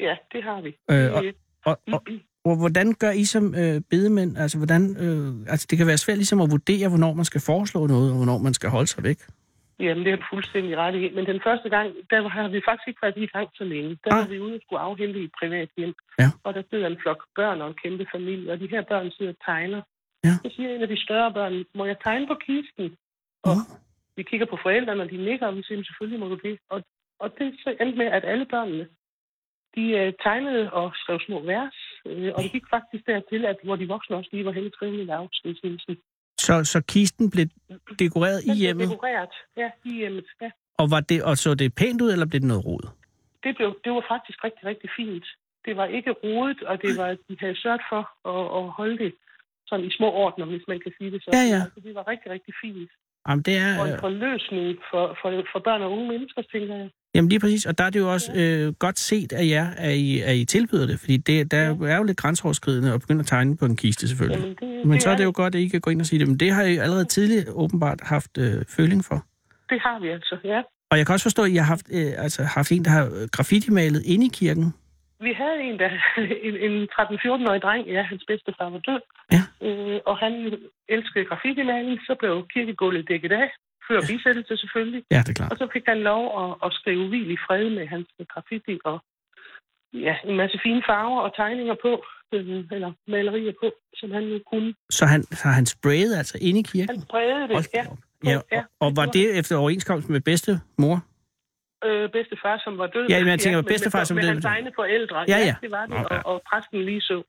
Ja, det har vi.
Øh, og, og, og, og hvordan gør I som øh, bedemænd? Altså, hvordan, øh, altså, det kan være svært ligesom at vurdere, hvornår man skal foreslå noget, og hvornår man skal holde sig væk.
Jamen, det er fuldstændig ret i. Men den første gang, der har vi faktisk ikke været i gang så længe. Der ah. var vi ude og skulle afhente i et privat hjem.
Ja.
Og der sidder en flok børn og en kæmpe familie, og de her børn sidder og tegner.
Ja.
Så siger en af de større børn, må jeg tegne på kisten? Og uh. vi kigger på forældrene, og de nikker, og vi siger, selvfølgelig må du det. Og, og det så endte med, at alle børnene, de øh, tegnede og skrev små vers. Øh, og det gik faktisk dertil, at hvor de voksne også lige var henne trinne i lavstilsen.
Så, så kisten blev dekoreret
den
i hjemmet?
Blev dekoreret, ja, i hjemmet, ja.
Og, var det, og så det pænt ud, eller blev det noget rodet?
Det, blev, det var faktisk rigtig, rigtig fint. Det var ikke rodet, og det var, de havde sørget for at, at holde det sådan i små ordner, hvis man kan sige det så.
Ja, ja.
Altså, det var rigtig, rigtig fint.
Jamen, det er... øh,
Og en forløsning for, for, for børn og unge mennesker, tænker jeg.
Jamen lige præcis, og der er det jo også ja. øh, godt set af jer, at I, at I tilbyder det, fordi det, der ja. er jo lidt grænseoverskridende at begynde at tegne på en kiste selvfølgelig. Jamen, det, men det så er det jo godt, at I kan gå ind og sige det, men det har I allerede tidligt åbenbart haft øh, føling for.
Det har vi altså, ja.
Og jeg kan også forstå, at I har haft, øh, altså, haft en, der har graffiti-malet inde i kirken.
Vi havde en, der, en, en 13-14-årig dreng, ja, hans bedstefar var død,
ja.
øh, og han elskede graffiti-maling, så blev kirkegulvet dækket af, før bisættelse selvfølgelig.
Ja, det er klart.
Og så fik han lov at, at skrive hvil i fred med hans graffiti og ja, en masse fine farver og tegninger på, øh, eller malerier på, som han nu kunne.
Så han, så han sprayede altså inde i kirken?
Han spredte det,
Hold
ja.
Ja, og, og var det efter overenskomst med bedste mor?
Øh, bedstefar, som var død.
Ja, men jeg tænker,
men-
bedstefar,
men-
som
men
død.
hans egne forældre.
Ja,
Ja,
ja.
ja. det var det.
Nå, ja.
Og, og præsten lige så.
Og-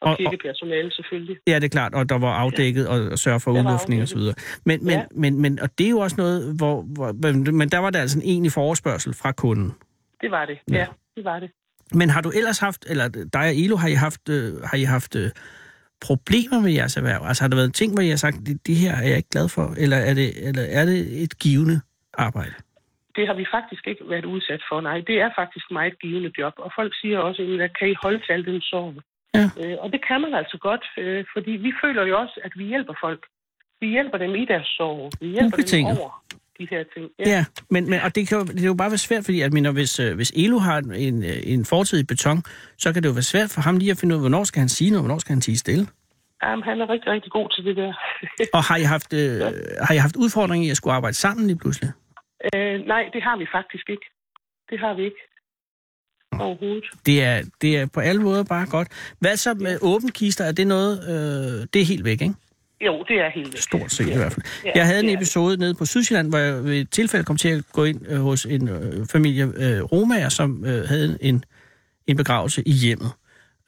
og-
Og kirkepersonale selvfølgelig.
Ja, det er klart, og der var afdækket og, og sørge for
Der var
udluftning og så videre. Men, men, ja. men, men, og det er jo også noget, hvor, hvor men- men der var der altså en egentlig forespørgsel fra kunden.
Det var det, ja. Det var det.
Men har du ellers haft, eller dig og Elo, har I haft, øh, har I haft øh, problemer med jeres erhverv? Altså har der været ting, hvor I har sagt, det, det her er jeg ikke glad for, eller er det, eller er det et givende arbejde?
Det har vi faktisk ikke været udsat for. Nej, det er faktisk et meget givende job. Og folk siger også, at kan I holde til al den sorg?
Ja.
Øh, og det kan man altså godt, øh, fordi vi føler jo også, at vi hjælper folk. Vi hjælper dem i deres sorg. Vi hjælper
Ubetinget.
dem over de her ting.
Ja, ja men, men, og det kan, jo, det kan jo bare være svært, fordi jeg mener, hvis, øh, hvis Elo har en, en, øh, en fortid i beton, så kan det jo være svært for ham lige at finde ud af, hvornår skal han sige noget, og hvornår skal han sige stille.
Jamen, han er rigtig, rigtig god til det der.
Og har I haft, øh, har I haft udfordringer i at skulle arbejde sammen lige pludselig?
øh, nej, det har vi faktisk ikke. Det har vi ikke. Overhovedet.
Det er, det er på alle måder bare godt. Hvad så med åben kister? Er det noget... Øh, det er helt væk, ikke?
Jo, det er helt væk.
Stort set i hvert fald.
Ja,
Jeg havde en
det er det.
episode nede på Sydsjælland, hvor jeg ved et tilfælde kom til at gå ind øh, hos en øh, familie øh, romager, som øh, havde en, en begravelse i hjemmet.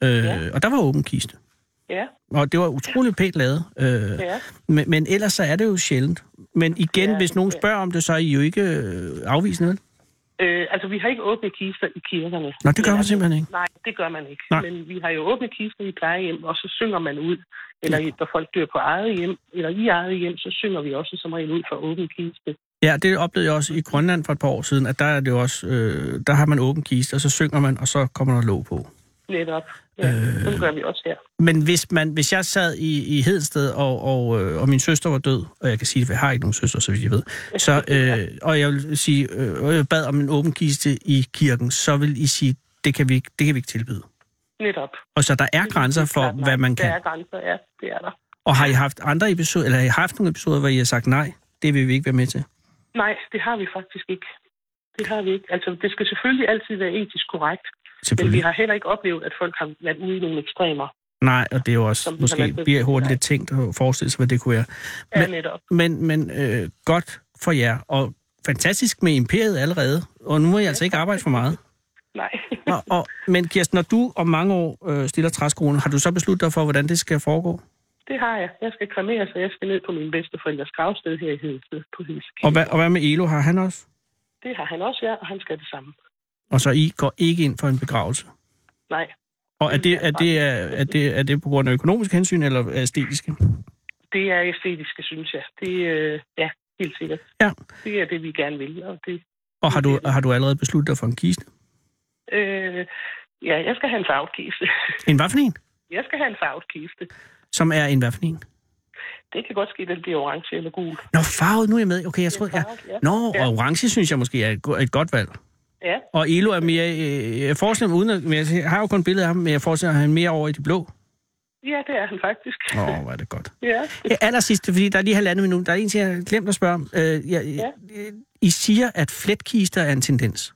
Øh, ja. Og der var åben kiste.
Ja,
Og det var utroligt pænt lavet. Øh,
ja.
men, men ellers så er det jo sjældent. Men igen, ja, hvis nogen spørger om det, så er I jo ikke øh, afvisende, vel?
Øh, altså, vi har ikke åbne kister i kirkerne.
Nå,
Men
det gør man
altså-
simpelthen ikke.
Nej, det gør man ikke.
Nej.
Nej. Men vi har jo åbne kister i plejehjem, og så synger man ud. Eller i- når folk dør på eget hjem, eller i eget hjem, så synger vi også som regel ud for åben kiste.
Ja, det oplevede jeg også i Grønland for et par år siden, at der er det jo også, øh, der har man åben kiste, og så synger man, og så kommer der låg på.
Netop. Ja, øh... Sådan gør vi også her.
Men hvis, man, hvis jeg sad i, i Hedensted, og, og, øh, og min søster var død, og jeg kan sige det, for jeg har ikke nogen søster, så vidt jeg ved, så, øh, og jeg vil sige, øh, og jeg bad om en åben kiste i kirken, så vil I sige, det kan vi, ikke- det kan vi ikke tilbyde.
Netop.
Og så der er grænser for, hvad man
Der
kan.
er grænser, ja. Det er der.
Og har I haft andre episoder, eller har I haft nogle episoder, hvor I har sagt nej, det vil vi ikke være med til?
Nej, det har vi faktisk ikke. Det har vi ikke. Altså, det skal selvfølgelig altid være etisk korrekt. Men vi har heller ikke oplevet, at folk har været ude i nogle ekstremer.
Nej, og det er jo også
Som vi har
måske
valgt at-
bliver hurtigt lidt tænkt at forestille sig, hvad det kunne være.
Ja, netop.
Men, men øh, godt for jer, og fantastisk med imperiet allerede, og nu må I altså ikke arbejde for meget.
Nej.
og, og, men Kirsten, når du om mange år øh, stiller træskolen, har du så besluttet dig for, hvordan det skal foregå?
Det har jeg. Jeg skal kremeres, og jeg skal ned på min bedsteforældres gravsted her i Hedensted på Hedensted.
Og hvad, og hvad med Elo, har han også?
Det har han også, ja, og han skal det samme.
Og så I går ikke ind for en begravelse?
Nej,
Og er det, er det, er, er det, er det på grund af økonomiske hensyn eller æstetiske?
det er æstetiske, synes jeg. Det, øh, ja, helt sikkert.
Ja.
Det er det, vi gerne vil. Og det,
Og har du, har du allerede besluttet dig for en kiste?
øh, ja, jeg skal have en farvet kiste.
En hvad for en?
Jeg skal have en farvet kiste.
Som er en hvad for en?
Det kan godt ske, at den bliver orange eller gul.
Nå, farvet, nu er jeg med. Okay, jeg tror, jeg...
ja.
Nå, og orange synes jeg måske er et go- et godt valg.
Ja,
Og Elo er mere... Øh, jeg forestiller mig, uden at, men jeg har jo kun billedet af ham, men jeg forestiller mig, at han er mere over i det blå.
ja det er han faktisk.
Åh, oh, hvor er det godt.
Ja.
Ja, allersidst, fordi der er lige halvandet minut. Der er en ting, jeg har glemt at spørge om. Øh, jeg, ja. I siger, at fletkister er en tendens.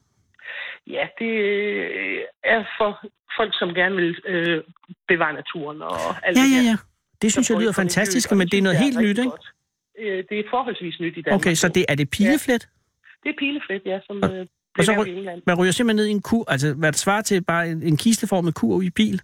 Ja, det øh, er for folk, som gerne vil øh, bevare naturen og alt
Ja,
det
ja,
her.
ja. Det synes jeg lyder fantastisk, men det er noget helt nyt, ikke?
Øh, det er forholdsvis nyt i Danmark.
Okay, så det, er det pileflet?
Det er pileflet, ja, som øh,
Og
blev
så
lavet i
ry-
England.
man ryger simpelthen ned i en kur, altså hvad der svarer til bare en, en kisteformet kur i bil.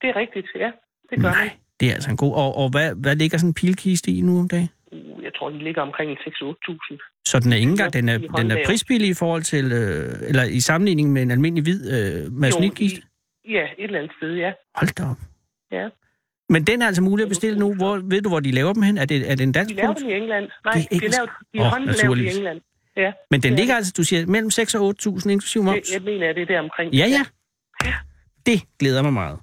Det er rigtigt, ja. Det gør man.
Det er altså en god... Og, og hvad, hvad ligger sådan en pilkiste i nu om dagen?
Uh, jeg tror, de ligger omkring 6-8.000.
Så den er ikke engang, den er,
I
den er
håndlavet.
prisbillig i forhold til, øh, eller i sammenligning med en almindelig hvid øh, masonitkiste.
Ja, et eller andet sted, ja.
Hold da op.
ja.
Men den er altså mulig at bestille nu. Hvor, ved du, hvor de laver dem hen? Er det, er det en dansk
De laver
produkt?
dem i England. Nej,
Det er
de,
engelsk.
er lavet, de er
Åh,
håndlavet i
naturligvis.
England. Ja,
Men den ligger altså, du siger, mellem 6 og 8.000 inklusiv moms?
det, jeg mener, det er der omkring.
Ja, ja. Det glæder mig meget.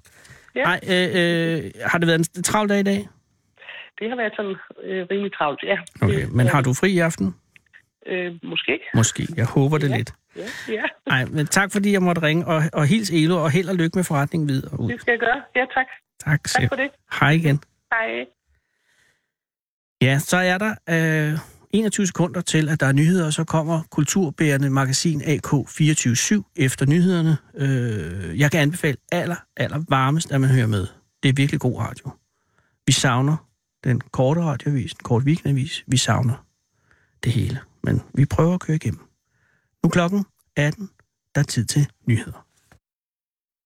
Ja.
Ej, øh, øh, har det været en travl dag i dag?
Det har været sådan øh, rimelig travlt, ja.
Okay, men har du fri i aften?
Øh, måske.
Måske. Jeg håber det lidt.
Ja, ja.
Nej, men tak fordi jeg måtte ringe, og, og hils Elo, og held og lykke med forretningen videre ud.
Det skal jeg gøre. Ja, tak.
Tak,
Tak
Sef.
for det.
Hej igen.
Hej.
Ja, så er der øh, 21 sekunder til, at der er nyheder, og så kommer kulturbærende magasin AK247 efter nyhederne. Øh, jeg kan anbefale aller, aller varmest, at man hører med. Det er virkelig god radio. Vi savner den korte radioavis, den korte weekendavis. Vi savner det hele, men vi prøver at køre igennem. Nu er klokken 18, der er tid til nyheder.